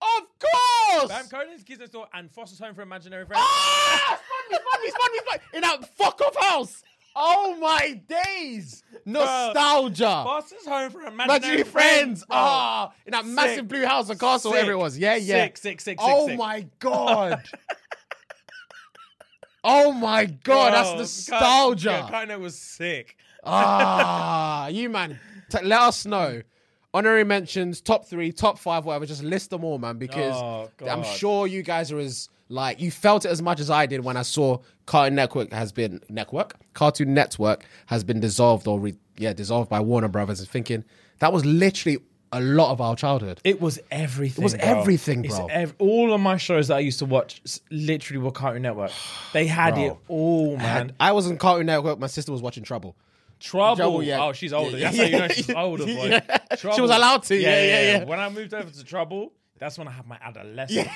Speaker 1: of course!
Speaker 2: Bam, Codename Kids Next Door and Foster's Home for Imaginary Friends.
Speaker 1: Ah! Spun me, spun me, spun me, spun me. In that fuck off house! Oh my days! Nostalgia!
Speaker 2: Foster's Home for Imaginary,
Speaker 1: Imaginary friends!
Speaker 2: bro.
Speaker 1: Ah! in that massive blue house or castle, wherever it
Speaker 2: Sick.
Speaker 1: was. Yeah, yeah.
Speaker 2: Sick, sick, sick,
Speaker 1: Oh
Speaker 2: sick, sick.
Speaker 1: my god! oh my god,
Speaker 2: Bro,
Speaker 1: that's nostalgia!
Speaker 2: Cartoon- yeah, Cartoon Network was sick.
Speaker 1: Ah, you man, T- let us know. Honorary mentions, top three, top five, whatever. Just list them all, man, because
Speaker 2: Oh, God.
Speaker 1: I'm sure you guys are as like you felt it as much as I did when I saw Cartoon Network has been network, Cartoon Network has been dissolved or re, yeah dissolved by Warner Brothers, and thinking that was literally a lot of our childhood.
Speaker 2: It was everything. It
Speaker 1: was everything, bro.
Speaker 2: ev- all of my shows that I used to watch s- literally were Cartoon Network. They had
Speaker 1: Bro.
Speaker 2: it all,
Speaker 1: And
Speaker 2: man.
Speaker 1: I was on Cartoon Network. My sister was watching Trouble.
Speaker 2: Trouble.
Speaker 1: Trouble, yeah.
Speaker 2: Oh, she's older.
Speaker 1: Yeah,
Speaker 2: That's how you know
Speaker 1: yeah.
Speaker 2: she's older, boy.
Speaker 1: Yeah. She
Speaker 2: Trouble.
Speaker 1: was allowed to. Yeah, yeah, yeah.
Speaker 2: When I moved over to Trouble, that's when I had my adolescence.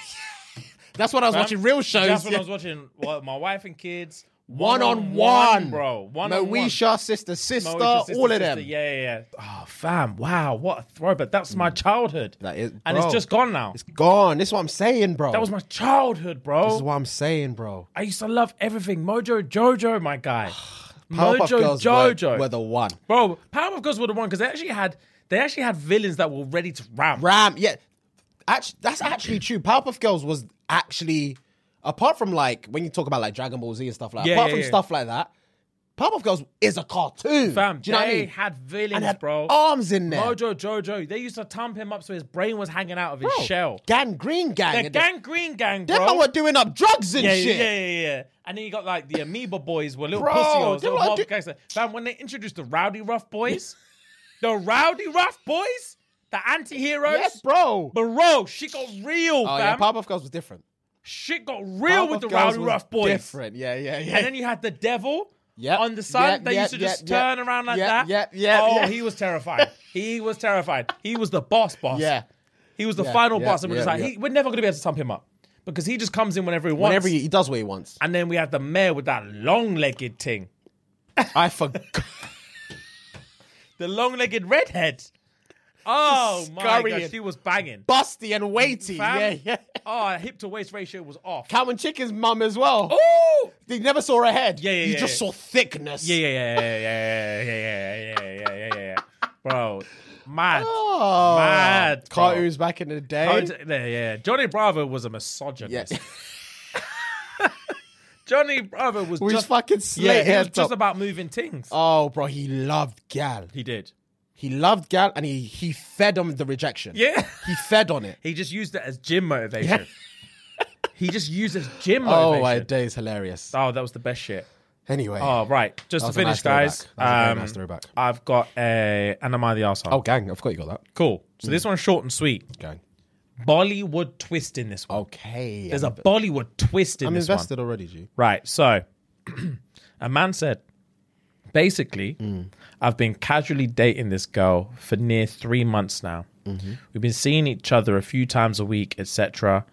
Speaker 1: That's when I was
Speaker 2: fam.
Speaker 1: watching real shows.
Speaker 2: That's when
Speaker 1: yeah.
Speaker 2: I was watching well, my wife and kids.
Speaker 1: One on
Speaker 2: One-on-one,
Speaker 1: one,
Speaker 2: bro. One on one.
Speaker 1: Moesha, sister, sister,
Speaker 2: Moesha, sister,
Speaker 1: all of
Speaker 2: sister.
Speaker 1: them.
Speaker 2: Yeah, yeah, yeah. Oh, fam. Wow, what a throw! But that's my childhood.
Speaker 1: Mm. That is-
Speaker 2: and it's
Speaker 1: bro.
Speaker 2: just gone now.
Speaker 1: It's gone. This is what I'm saying, bro.
Speaker 2: That was my childhood, bro.
Speaker 1: This is what I'm saying, bro.
Speaker 2: I used to love everything. Mojo Jojo, my guy.
Speaker 1: Powerpuff
Speaker 2: Mojo
Speaker 1: Girls
Speaker 2: Jojo.
Speaker 1: Were, were the one.
Speaker 2: Bro, Powerpuff Girls were the one because they actually had they actually had villains that were ready to ramp.
Speaker 1: Ram, yeah. Actually, that's actually true. Powerpuff Girls was actually, apart from like when you talk about like Dragon Ball Z and stuff like,
Speaker 2: Yeah,
Speaker 1: apart
Speaker 2: yeah,
Speaker 1: from
Speaker 2: yeah.
Speaker 1: stuff like that, Powerpuff Girls is a cartoon.
Speaker 2: Fam,
Speaker 1: Do you know
Speaker 2: they
Speaker 1: what I mean?
Speaker 2: had villains,
Speaker 1: And had
Speaker 2: bro.
Speaker 1: arms in there.
Speaker 2: Mojo Jojo, they used to thump him up so his brain was hanging out of his
Speaker 1: Bro,
Speaker 2: shell.
Speaker 1: Gang Green Gang.
Speaker 2: The
Speaker 1: and the-
Speaker 2: gang green gang, bro.
Speaker 1: Them man were doing up drugs and
Speaker 2: yeah, yeah,
Speaker 1: shit.
Speaker 2: yeah, yeah, yeah. And then you got like the Amoeba boys were little
Speaker 1: Bro,
Speaker 2: pussy hoes,
Speaker 1: they
Speaker 2: little
Speaker 1: were
Speaker 2: mob
Speaker 1: do-
Speaker 2: gangster. Fam, when they introduced the Rowdy Rough boys, the Rowdy Rough boys, the anti-heroes,
Speaker 1: Yes, bro.
Speaker 2: Bro, shit got real,
Speaker 1: oh,
Speaker 2: fam.
Speaker 1: yeah, Powerpuff Girls was different.
Speaker 2: shit got real with
Speaker 1: Powerpuff
Speaker 2: the
Speaker 1: Girls
Speaker 2: Rowdy
Speaker 1: was
Speaker 2: Rough Boys.
Speaker 1: Different. Yeah, yeah, yeah.
Speaker 2: And then you had the devil
Speaker 1: Yep,
Speaker 2: on the side
Speaker 1: yep,
Speaker 2: that used to
Speaker 1: yep,
Speaker 2: just
Speaker 1: yep,
Speaker 2: turn
Speaker 1: yep.
Speaker 2: around like
Speaker 1: Yep,
Speaker 2: that.
Speaker 1: yep, yep,
Speaker 2: Oh,
Speaker 1: yep.
Speaker 2: he was terrified. he was terrified. He was the boss boss.
Speaker 1: yeah.
Speaker 2: He was the
Speaker 1: Yeah,
Speaker 2: final
Speaker 1: yeah,
Speaker 2: boss. And we're just
Speaker 1: yeah,
Speaker 2: like,
Speaker 1: yeah.
Speaker 2: he, we're never going to be able to stump him up because he just comes in whenever he wants.
Speaker 1: Whenever he, he does what he wants.
Speaker 2: and then we had the mayor with that long legged thing,
Speaker 1: I forgot.
Speaker 2: the long legged redhead. Oh my
Speaker 1: Scurrying.
Speaker 2: gosh, she was banging.
Speaker 1: Busty and weighty.
Speaker 2: Fam.
Speaker 1: Yeah, yeah.
Speaker 2: Oh, hip to waist ratio was off.
Speaker 1: Cow and Chicken's mum as well.
Speaker 2: Ooh!
Speaker 1: They never saw her head.
Speaker 2: Oh. Yeah, yeah,
Speaker 1: You
Speaker 2: yeah,
Speaker 1: just
Speaker 2: yeah.
Speaker 1: saw thickness.
Speaker 2: Yeah, yeah, yeah, yeah, yeah, yeah, yeah, yeah, yeah, yeah, yeah, yeah, yeah. Bro, mad.
Speaker 1: Oh,
Speaker 2: Mad, bro.
Speaker 1: Cartoons back in the day.
Speaker 2: Oh, d- yeah, yeah. Johnny Bravo was a misogynist.
Speaker 1: yeah.
Speaker 2: Johnny Bravo was
Speaker 1: We just
Speaker 2: just
Speaker 1: fucking
Speaker 2: yeah,
Speaker 1: slate
Speaker 2: he
Speaker 1: yeah,
Speaker 2: was just about moving things.
Speaker 1: Oh, bro, he loved gal.
Speaker 2: he did.
Speaker 1: He loved Gal, and he he fed on the rejection.
Speaker 2: Yeah.
Speaker 1: he fed on it.
Speaker 2: He just used it as gym motivation. he just used it as gym
Speaker 1: Oh my
Speaker 2: motivation.
Speaker 1: days, hilarious.
Speaker 2: Oh, that was the best shit.
Speaker 1: Anyway,
Speaker 2: Oh, right. Just to
Speaker 1: was a nice
Speaker 2: finish, guys.
Speaker 1: throwback. That was a very
Speaker 2: um,
Speaker 1: nice throwback.
Speaker 2: I've got a. And am I the arsehole?
Speaker 1: oh Mm. gang, I forgot you got that
Speaker 2: cool. So this one's short and sweet.
Speaker 1: gang.
Speaker 2: Bollywood twist in this one.
Speaker 1: Okay,
Speaker 2: There's a
Speaker 1: I'm,
Speaker 2: Bollywood twist in
Speaker 1: I'm
Speaker 2: this one.
Speaker 1: invested already, G.
Speaker 2: Right. So a man said, basically, I've been casually dating this girl for near three months now. We've been seeing each other a few times a week, etc.,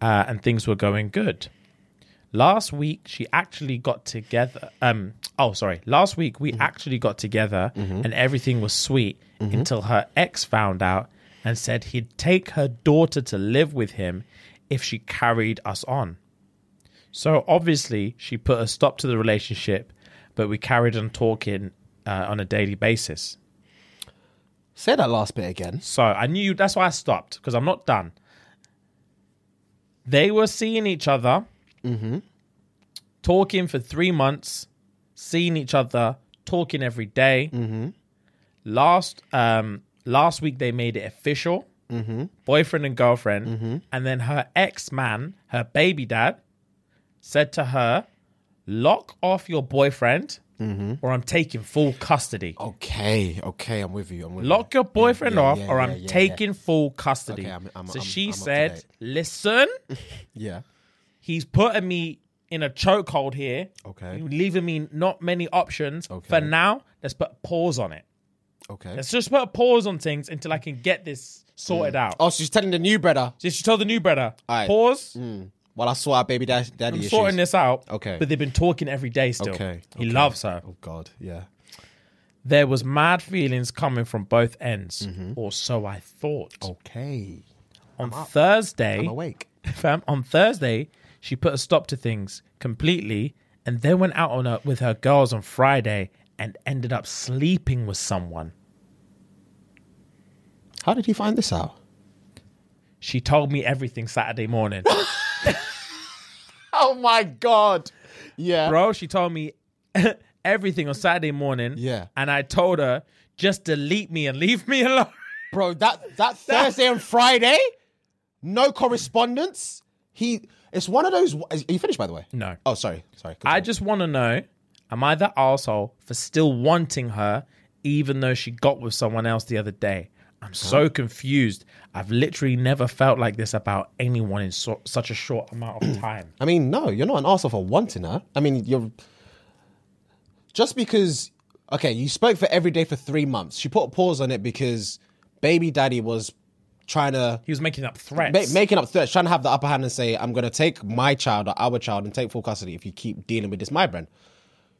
Speaker 2: uh, and things were going good. Last week, she actually got together. Um, oh, sorry. Last week, we actually got together, and everything was sweet until her ex found out and said he'd take her daughter to live with him if she carried us on. So obviously, she put a stop to the relationship, but we carried on talking uh, on a daily basis.
Speaker 1: Say that last bit again.
Speaker 2: So I knew that's why I stopped because I'm not done. They were seeing each other, talking for three months, seeing each other, talking every day. Last um, last week they made it official, boyfriend and girlfriend, and then her ex man, her baby dad, said to her, "Lock off your boyfriend, or I'm taking full custody."
Speaker 1: Okay, okay, I'm with you. I'm with
Speaker 2: Lock your boyfriend
Speaker 1: Yeah,
Speaker 2: off,
Speaker 1: yeah,
Speaker 2: or
Speaker 1: yeah,
Speaker 2: I'm
Speaker 1: yeah, yeah.
Speaker 2: taking full custody.
Speaker 1: Okay, I'm- I'm-
Speaker 2: so
Speaker 1: I'm-
Speaker 2: she
Speaker 1: I'm up to
Speaker 2: said,
Speaker 1: date.
Speaker 2: "Listen,
Speaker 1: you. Yeah.
Speaker 2: he's putting me in a chokehold here.
Speaker 1: Okay.
Speaker 2: You're leaving me not many options. For
Speaker 1: Okay.
Speaker 2: now, let's put a pause on it.
Speaker 1: Okay.
Speaker 2: Let's just put a pause on things until I can get this sorted out."
Speaker 1: Oh, she's telling the new brother.
Speaker 2: So she told the new brother,
Speaker 1: Alright.
Speaker 2: "Pause.
Speaker 1: Well, I saw our baby dad- daddy
Speaker 2: I'm
Speaker 1: issues.
Speaker 2: sorting this out."
Speaker 1: Mm. Okay.
Speaker 2: but they've been talking every day still.
Speaker 1: Okay,
Speaker 2: he
Speaker 1: okay.
Speaker 2: loves her.
Speaker 1: Oh God, yeah.
Speaker 2: There was mad feelings coming from both ends,
Speaker 1: Mm-hmm.
Speaker 2: or so I thought.
Speaker 1: Okay,
Speaker 2: on Thursday,
Speaker 1: Oh, I'm awake.
Speaker 2: Fam, on Thursday, she put a stop to things completely and then went out on her, with her girls on Friday and ended up sleeping with someone.
Speaker 1: How did he find this out?
Speaker 2: She told me everything Saturday morning.
Speaker 1: Oh my God. Yeah.
Speaker 2: Bro, she told me everything on Saturday morning.
Speaker 1: Yeah.
Speaker 2: And I told her, just delete me and leave me alone.
Speaker 1: bro that that thursday and friday no correspondence he it's one of those are you finished by the way
Speaker 2: No.
Speaker 1: oh sorry sorry
Speaker 2: I just want to know am I the asshole for still wanting her even though she got with someone else the other day? I'm so confused. I've literally never felt like this about anyone in so, such a short amount of time.
Speaker 1: i mean no you're not an asshole for wanting her i mean you're just because okay you spoke for every day for three months she put a pause on it because baby daddy was trying to
Speaker 2: He was making up threats.
Speaker 1: ma- making up threats, trying to have the upper hand and say, I'm going to take my child or our child and take full custody if you keep dealing with this migrant.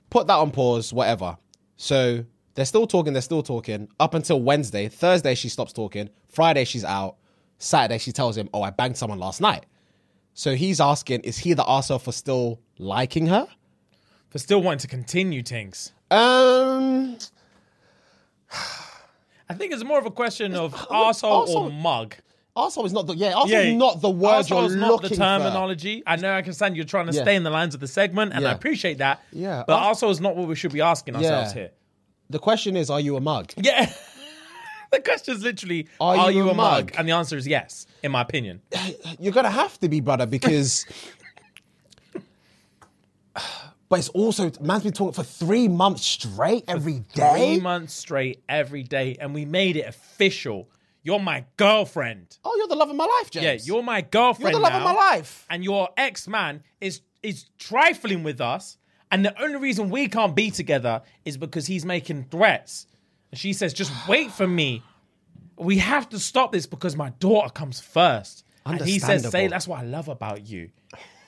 Speaker 1: Put that on pause, whatever. So they're still talking, they're still talking up until Wednesday. Thursday, she stops talking. Friday, she's out. Saturday, she tells him, Oh, I banged someone last night. So he's asking, Is he the arsehole for still liking her?
Speaker 2: for still wanting to continue things.
Speaker 1: Um,
Speaker 2: I think it's more of a question of asshole or
Speaker 1: arsehole-
Speaker 2: mug.
Speaker 1: arsehole is not the, yeah, arsehole is not the word you're
Speaker 2: arsehole's not the
Speaker 1: looking for.
Speaker 2: terminology. I know I can understand you're trying to
Speaker 1: Yeah.
Speaker 2: stay in the lines of the segment, and I
Speaker 1: Yeah.
Speaker 2: appreciate that.
Speaker 1: Yeah.
Speaker 2: But
Speaker 1: Arse-
Speaker 2: asshole is not what we should be asking ourselves here.
Speaker 1: The question is, Are you a mug?
Speaker 2: Yeah. the question is literally, are,
Speaker 1: Are
Speaker 2: you, a mug? And the answer is yes, in my opinion.
Speaker 1: you're gonna have to be, brother, because. but it's also man's been talking for three months straight every day.
Speaker 2: Three months straight, every day, and we made it official. You're my girlfriend.
Speaker 1: oh, you're the love of my life,
Speaker 2: Yeah,
Speaker 1: James.
Speaker 2: you're my girlfriend.
Speaker 1: the love
Speaker 2: now,
Speaker 1: of my life.
Speaker 2: And your ex man is is trifling with us, and the only reason we can't be together is because he's making threats. And she says, "Just wait for me. We have to stop this because my daughter comes first. And he says, "Say
Speaker 1: Understandable.
Speaker 2: that's what I love about you.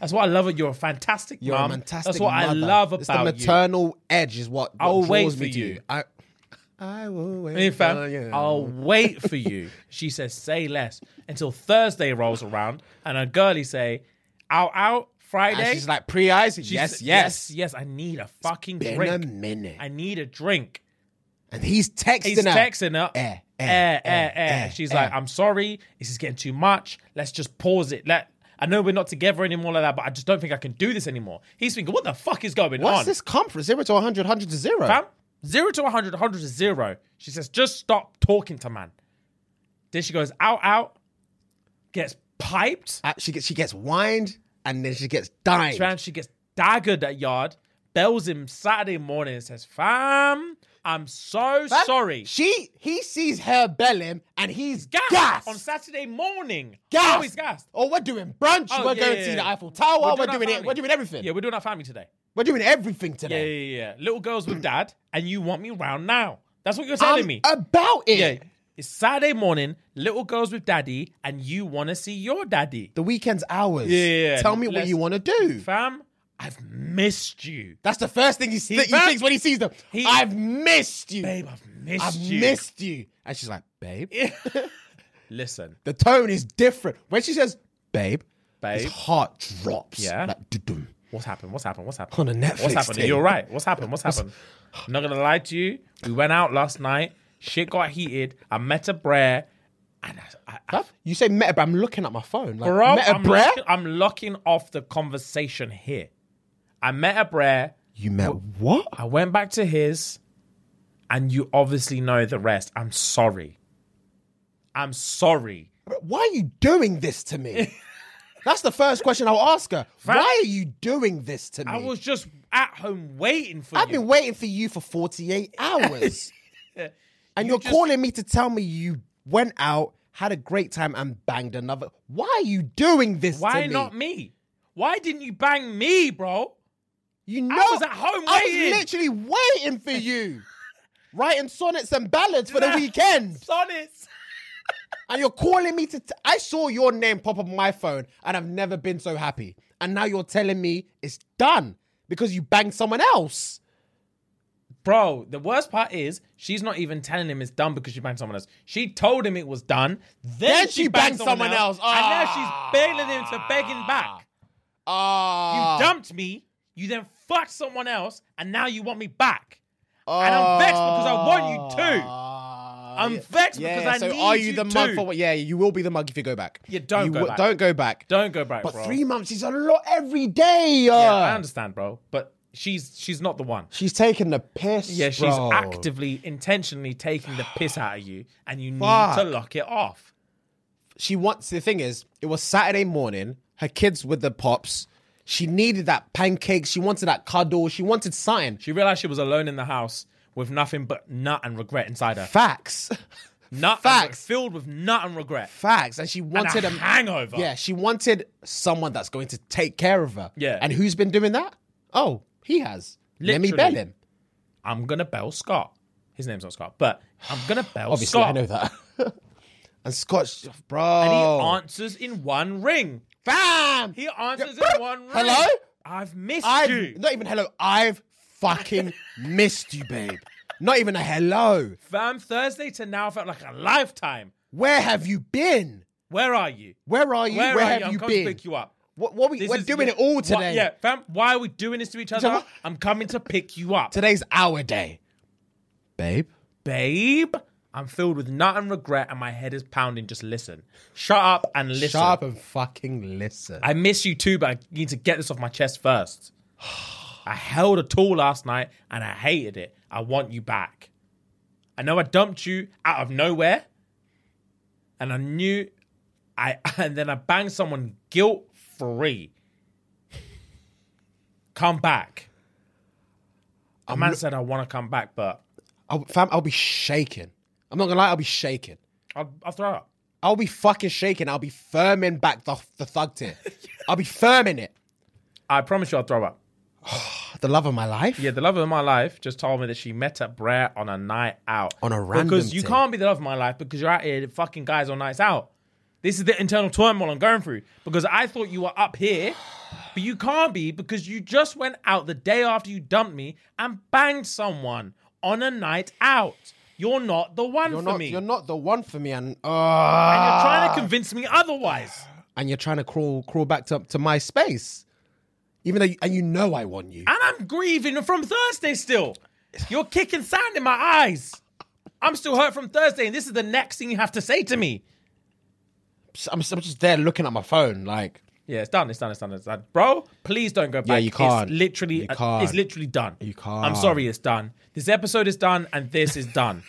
Speaker 2: That's what I love. You're a fantastic
Speaker 1: You're
Speaker 2: mom.
Speaker 1: a fantastic.
Speaker 2: Um, that's what I
Speaker 1: mother.
Speaker 2: love
Speaker 1: It's the
Speaker 2: about you."
Speaker 1: maternal edge is what, what
Speaker 2: I'll
Speaker 1: draws
Speaker 2: wait
Speaker 1: me
Speaker 2: for
Speaker 1: to
Speaker 2: you.
Speaker 1: you. I, I will wait.
Speaker 2: Hey, fam,
Speaker 1: for you.
Speaker 2: I'll wait for you. She says, say less until Thursday rolls around and her girlie say, out, out,
Speaker 1: and
Speaker 2: Friday.
Speaker 1: she's like pre eyes.
Speaker 2: She
Speaker 1: Yes,
Speaker 2: said,
Speaker 1: yes.
Speaker 2: yes. I need a fucking
Speaker 1: Been a
Speaker 2: drink.
Speaker 1: minute,
Speaker 2: I need a drink.
Speaker 1: and he's texting
Speaker 2: He's
Speaker 1: her.
Speaker 2: texting her.
Speaker 1: Eh, eh,
Speaker 2: eh, eh,
Speaker 1: eh,
Speaker 2: eh.
Speaker 1: eh,
Speaker 2: She's
Speaker 1: eh.
Speaker 2: like, I'm sorry. This is getting too much. Let's just pause it. Let. I know we're not together anymore like that, but I just don't think I can do this anymore. He's thinking, what the fuck is going
Speaker 1: What's
Speaker 2: on?
Speaker 1: this come from? Zero to 100, 100 to zero.
Speaker 2: fam? Zero to 100, 100 is zero. She says, just stop talking to man. Then she goes out, out, gets piped.
Speaker 1: Uh, she gets she gets whined and then she gets dined.
Speaker 2: Fam, she gets daggered at yard, bells him Saturday morning and says, Fam, I'm so
Speaker 1: Fam,
Speaker 2: sorry.
Speaker 1: She he sees her belly and he's
Speaker 2: Gassed
Speaker 1: gassed. Gas.
Speaker 2: on Saturday morning.
Speaker 1: Gassed.
Speaker 2: Oh, he's gassed.
Speaker 1: Oh, we're doing brunch.
Speaker 2: Oh,
Speaker 1: we're
Speaker 2: yeah,
Speaker 1: going
Speaker 2: yeah,
Speaker 1: to see
Speaker 2: yeah.
Speaker 1: the Eiffel Tower. We're,
Speaker 2: our
Speaker 1: doing, it.
Speaker 2: family.
Speaker 1: We're doing everything.
Speaker 2: Yeah, we're doing our family today.
Speaker 1: We're doing everything
Speaker 2: Yeah,
Speaker 1: today.
Speaker 2: yeah, yeah. Little girls with dad, and you want me round now. That's what you're telling
Speaker 1: I'm
Speaker 2: me.
Speaker 1: about it.
Speaker 2: yeah. It's Saturday morning, little girls with daddy, and you want to see your daddy.
Speaker 1: The weekend's hours.
Speaker 2: Yeah, yeah, yeah.
Speaker 1: Tell me what
Speaker 2: Let's-
Speaker 1: you want to do.
Speaker 2: Fam, I've missed you.
Speaker 1: That's the first thing he, th- he
Speaker 2: found-
Speaker 1: thinks when he sees them.
Speaker 2: He-
Speaker 1: I've missed you.
Speaker 2: Babe, I've missed
Speaker 1: I've
Speaker 2: you.
Speaker 1: missed you. And she's like, babe.
Speaker 2: Listen,
Speaker 1: The tone is different. When she says, babe,
Speaker 2: babe,
Speaker 1: his heart drops.
Speaker 2: Yeah.
Speaker 1: Like, dudum.
Speaker 2: what's happened? What's happened? What's
Speaker 1: On
Speaker 2: happened?
Speaker 1: a Netflix
Speaker 2: What's happened?
Speaker 1: thing.
Speaker 2: You're right. What's happened? What's happened? I'm not gonna lie to you. We went out last night. Shit got heated. I met a brer, and I, I, I
Speaker 1: Huh? You say meta, but I'm looking at my phone. Like,
Speaker 2: bro,
Speaker 1: meta,
Speaker 2: I'm,
Speaker 1: bruh?
Speaker 2: locking, I'm locking off the conversation here. I met a brer.
Speaker 1: You met what?
Speaker 2: I went back to his, and you obviously know the rest. I'm sorry. I'm sorry.
Speaker 1: Bro, Why are you doing this to me? That's the first question I'll ask her. Why are you doing this to me?
Speaker 2: I was just at home waiting for
Speaker 1: I've
Speaker 2: you.
Speaker 1: been waiting for you for 48 hours. and you are
Speaker 2: just-
Speaker 1: calling me to tell me you went out, had a great time, and banged another. Why are you doing this
Speaker 2: Why
Speaker 1: to me?
Speaker 2: not me? Why didn't you bang me, bro?
Speaker 1: You know,
Speaker 2: was at home
Speaker 1: I was
Speaker 2: waiting.
Speaker 1: literally waiting for you, writing sonnets and ballads for the
Speaker 2: Nah.
Speaker 1: weekend.
Speaker 2: Sonnets.
Speaker 1: And you're calling me to. T- I saw your name pop up on my phone, and I've never been so happy. And now you're telling me it's done because you banged someone else.
Speaker 2: Bro, the worst part is she's not even telling him it's done because she banged someone else. She told him it was done. Then,
Speaker 1: she banged someone else.
Speaker 2: And now
Speaker 1: Ah.
Speaker 2: she's bailing him to begging back.
Speaker 1: Ah,
Speaker 2: You dumped me. You then fucked someone else, and now you want me back. and I'm vexed because I want you too.
Speaker 1: Ah,
Speaker 2: I'm
Speaker 1: yeah.
Speaker 2: vexed
Speaker 1: Yeah,
Speaker 2: because I
Speaker 1: so
Speaker 2: need
Speaker 1: are you, the
Speaker 2: too.
Speaker 1: mug for what? Yeah, you will be the mug if you go back.
Speaker 2: Yeah, don't
Speaker 1: You
Speaker 2: go
Speaker 1: wi-
Speaker 2: back.
Speaker 1: Don't go back.
Speaker 2: Don't go back,
Speaker 1: But
Speaker 2: bro.
Speaker 1: three months is a lot every day.
Speaker 2: yeah,
Speaker 1: uh.
Speaker 2: I understand, bro. But she's she's not the one.
Speaker 1: She's taking the piss.
Speaker 2: Yeah, she's
Speaker 1: bro.
Speaker 2: actively, intentionally taking the piss out of you, and you
Speaker 1: Fuck.
Speaker 2: need to lock it off.
Speaker 1: She wants. The thing is, it was Saturday morning. Her kids with the pops. She needed that pancake. She wanted that cuddle. She wanted something.
Speaker 2: She realized she was alone in the house with nothing but nut and regret inside her.
Speaker 1: Facts.
Speaker 2: Nut And,
Speaker 1: Facts.
Speaker 2: filled with nut and regret.
Speaker 1: Facts. And she
Speaker 2: And
Speaker 1: wanted
Speaker 2: a
Speaker 1: a-
Speaker 2: hangover.
Speaker 1: Yeah, she wanted someone that's going to take care of her.
Speaker 2: Yeah.
Speaker 1: And who's been doing that? Oh, he has. Let me
Speaker 2: Literally.
Speaker 1: bell him.
Speaker 2: I'm gonna bell Scott. His name's not Scott, but I'm gonna bell
Speaker 1: Obviously,
Speaker 2: Scott.
Speaker 1: I know Oh. that. and Scotch, bro.
Speaker 2: And he answers in one ring.
Speaker 1: Bam!
Speaker 2: He answers
Speaker 1: Yeah.
Speaker 2: in one ring.
Speaker 1: Hello?
Speaker 2: I've missed
Speaker 1: I've
Speaker 2: you.
Speaker 1: not even hello. I've fucking missed you, babe. Not even a hello.
Speaker 2: Fam Thursday to now felt like a lifetime.
Speaker 1: Where have you been?
Speaker 2: Where are you?
Speaker 1: Where are you? Where,
Speaker 2: are
Speaker 1: have
Speaker 2: I'm
Speaker 1: you
Speaker 2: coming
Speaker 1: been?
Speaker 2: to pick you up.
Speaker 1: What, what we,
Speaker 2: This
Speaker 1: we're
Speaker 2: is-
Speaker 1: doing
Speaker 2: yeah.
Speaker 1: it all
Speaker 2: Why-
Speaker 1: today.
Speaker 2: yeah, fam. Why are we doing this to each other?
Speaker 1: what?
Speaker 2: I'm coming to pick you up.
Speaker 1: Today's our day, babe.
Speaker 2: babe, I'm filled with nut and regret, and my head is pounding. Just listen. Shut up and listen.
Speaker 1: Shut up and fucking listen.
Speaker 2: I miss you too, but I need to get this off my chest first. I held a tool last night and I hated it. I want you back. I know I dumped you out of nowhere, and I knew I and then I banged someone guilt free. Come back. A man said I want to come back, but
Speaker 1: I, fam, I'll be shaking. I'm not gonna lie, I'll be shaking.
Speaker 2: I'll, I'll throw up.
Speaker 1: I'll be fucking shaking. I'll be firming back the, the thug tear. I'll be firming it.
Speaker 2: I promise you I'll throw up.
Speaker 1: The love of my life.
Speaker 2: Yeah, the love of my life just told me that she met up Brett on a night out.
Speaker 1: On a random
Speaker 2: Because you
Speaker 1: thing.
Speaker 2: can't be the love of my life because you're out here fucking guys on nights out. This is the internal turmoil I'm going through because I thought you were up here, but you can't be because you just went out the day after you dumped me and banged someone on a night out. You're not the one
Speaker 1: You're
Speaker 2: for
Speaker 1: not,
Speaker 2: me.
Speaker 1: you're
Speaker 2: and
Speaker 1: not the one for me, and uh,
Speaker 2: you're trying to convince me otherwise.
Speaker 1: and you're trying to crawl crawl back to, to my space, even though you, and you know I want you.
Speaker 2: And I'm grieving from Thursday still. You're kicking sand in my eyes. I'm still hurt from Thursday, and this is the next thing you have to say to me.
Speaker 1: I'm, I'm just there looking at my phone, like
Speaker 2: Yeah, it's done. It's done. It's done. It's done. Bro, please don't go back.
Speaker 1: you can't.
Speaker 2: It's literally, uh,
Speaker 1: You can't.
Speaker 2: it's literally done.
Speaker 1: You can't.
Speaker 2: I'm sorry, it's done. This episode is done, and this is done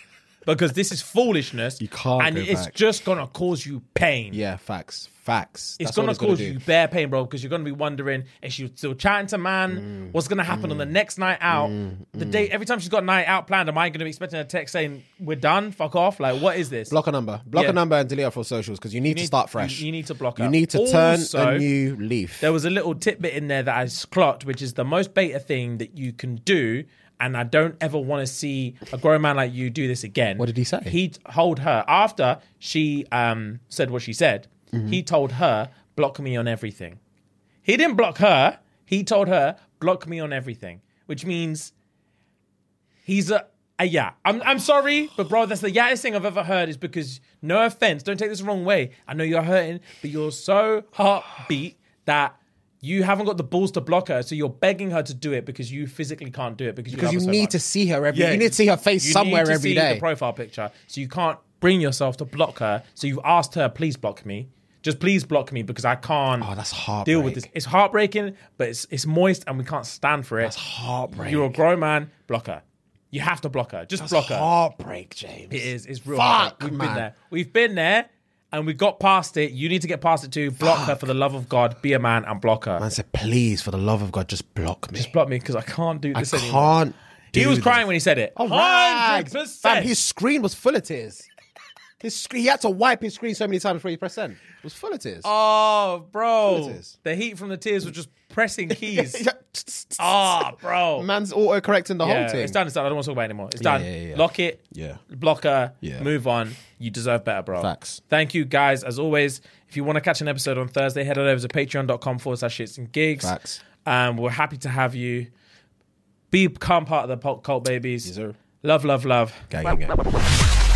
Speaker 2: because this is foolishness.
Speaker 1: You can't
Speaker 2: and
Speaker 1: go
Speaker 2: it's
Speaker 1: back.
Speaker 2: just gonna cause you pain.
Speaker 1: Yeah, facts, facts.
Speaker 2: It's
Speaker 1: That's all
Speaker 2: gonna cause
Speaker 1: do.
Speaker 2: you bare pain, bro, because you're gonna be wondering if she's still chatting to
Speaker 1: Mm.
Speaker 2: man, what's gonna happen on the next night out. the day every time she's got a night out planned, am I gonna be expecting a text saying, We're done, fuck off? Like, what is this?
Speaker 1: Block a number. Block
Speaker 2: Yeah.
Speaker 1: a number and delete her from socials because you need to
Speaker 2: need-
Speaker 1: start fresh.
Speaker 2: you- you need to block
Speaker 1: You
Speaker 2: her.
Speaker 1: need to turn
Speaker 2: Also-
Speaker 1: a new leaf.
Speaker 2: there was a little tidbit in there that I s- clocked, which is the most beta thing that you can do. And I don't ever want to see a grown man like you do this again. What
Speaker 1: did he say?
Speaker 2: He told her after she um, said what she said.
Speaker 1: Mm-hmm.
Speaker 2: He told her, "Block me on everything." He didn't block her. He told her, "Block me on everything," which means he's a, a yeah. I'm I'm sorry, but bro, that's the yaddest thing I've ever heard. Is because no offense, don't take this the wrong way. I know you're hurting, but you're so heartbeat that you haven't got the balls to block her, so you're begging her to do it because you physically can't do it because you
Speaker 1: because you need to see her every.
Speaker 2: Yeah,
Speaker 1: you need to see her face
Speaker 2: you
Speaker 1: somewhere
Speaker 2: need to
Speaker 1: every
Speaker 2: see
Speaker 1: day.
Speaker 2: The profile picture, so you can't bring yourself to block her. So you've asked her, please block me. Just please block me because I can't.
Speaker 1: oh, that's
Speaker 2: deal
Speaker 1: heartbreak.
Speaker 2: with this. It's heartbreaking, but it's it's moist, and we can't stand for it.
Speaker 1: That's heartbreak.
Speaker 2: You're a grown man. Block her. You have to block her. Just block her.
Speaker 1: Heartbreak, James.
Speaker 2: It is. It's real.
Speaker 1: Fuck,
Speaker 2: heartbreak. We've
Speaker 1: man.
Speaker 2: been there. We've been there, and we got past it. You need to get past it too. Block her for the love of God. Be a man and block her.
Speaker 1: I said, please, for the love of God, just block me.
Speaker 2: Just block me because I can't Oh, do
Speaker 1: I
Speaker 2: this anymore.
Speaker 1: can't.
Speaker 2: He
Speaker 1: do
Speaker 2: was
Speaker 1: this.
Speaker 2: crying when he said it.
Speaker 1: All right.
Speaker 2: Hundred
Speaker 1: Fam,
Speaker 2: percent.
Speaker 1: his screen was full of tears. His screen, he had to wipe his screen so many times before he pressed send. It was full of tears. Full
Speaker 2: Oh,
Speaker 1: of
Speaker 2: bro.
Speaker 1: tears.
Speaker 2: The heat from the tears was just pressing keys. Ah, bro.
Speaker 1: Man's auto correcting the whole
Speaker 2: Yeah,
Speaker 1: thing.
Speaker 2: it's done. It's done. I don't want to talk about it anymore. It's done.
Speaker 1: yeah, yeah.
Speaker 2: Lock it.
Speaker 1: Yeah.
Speaker 2: Block her.
Speaker 1: Yeah.
Speaker 2: Move on. You deserve better, bro.
Speaker 1: Facts.
Speaker 2: Thank you, guys. As always, if you want to catch an episode on Thursday, head on over to patreon.com forward slash shits and gigs.
Speaker 1: Facts.
Speaker 2: Um, we're happy to have you. Become part of the Pop Cult Babies.
Speaker 1: sir.
Speaker 2: Love, love, love.
Speaker 1: Gang, gang, gang.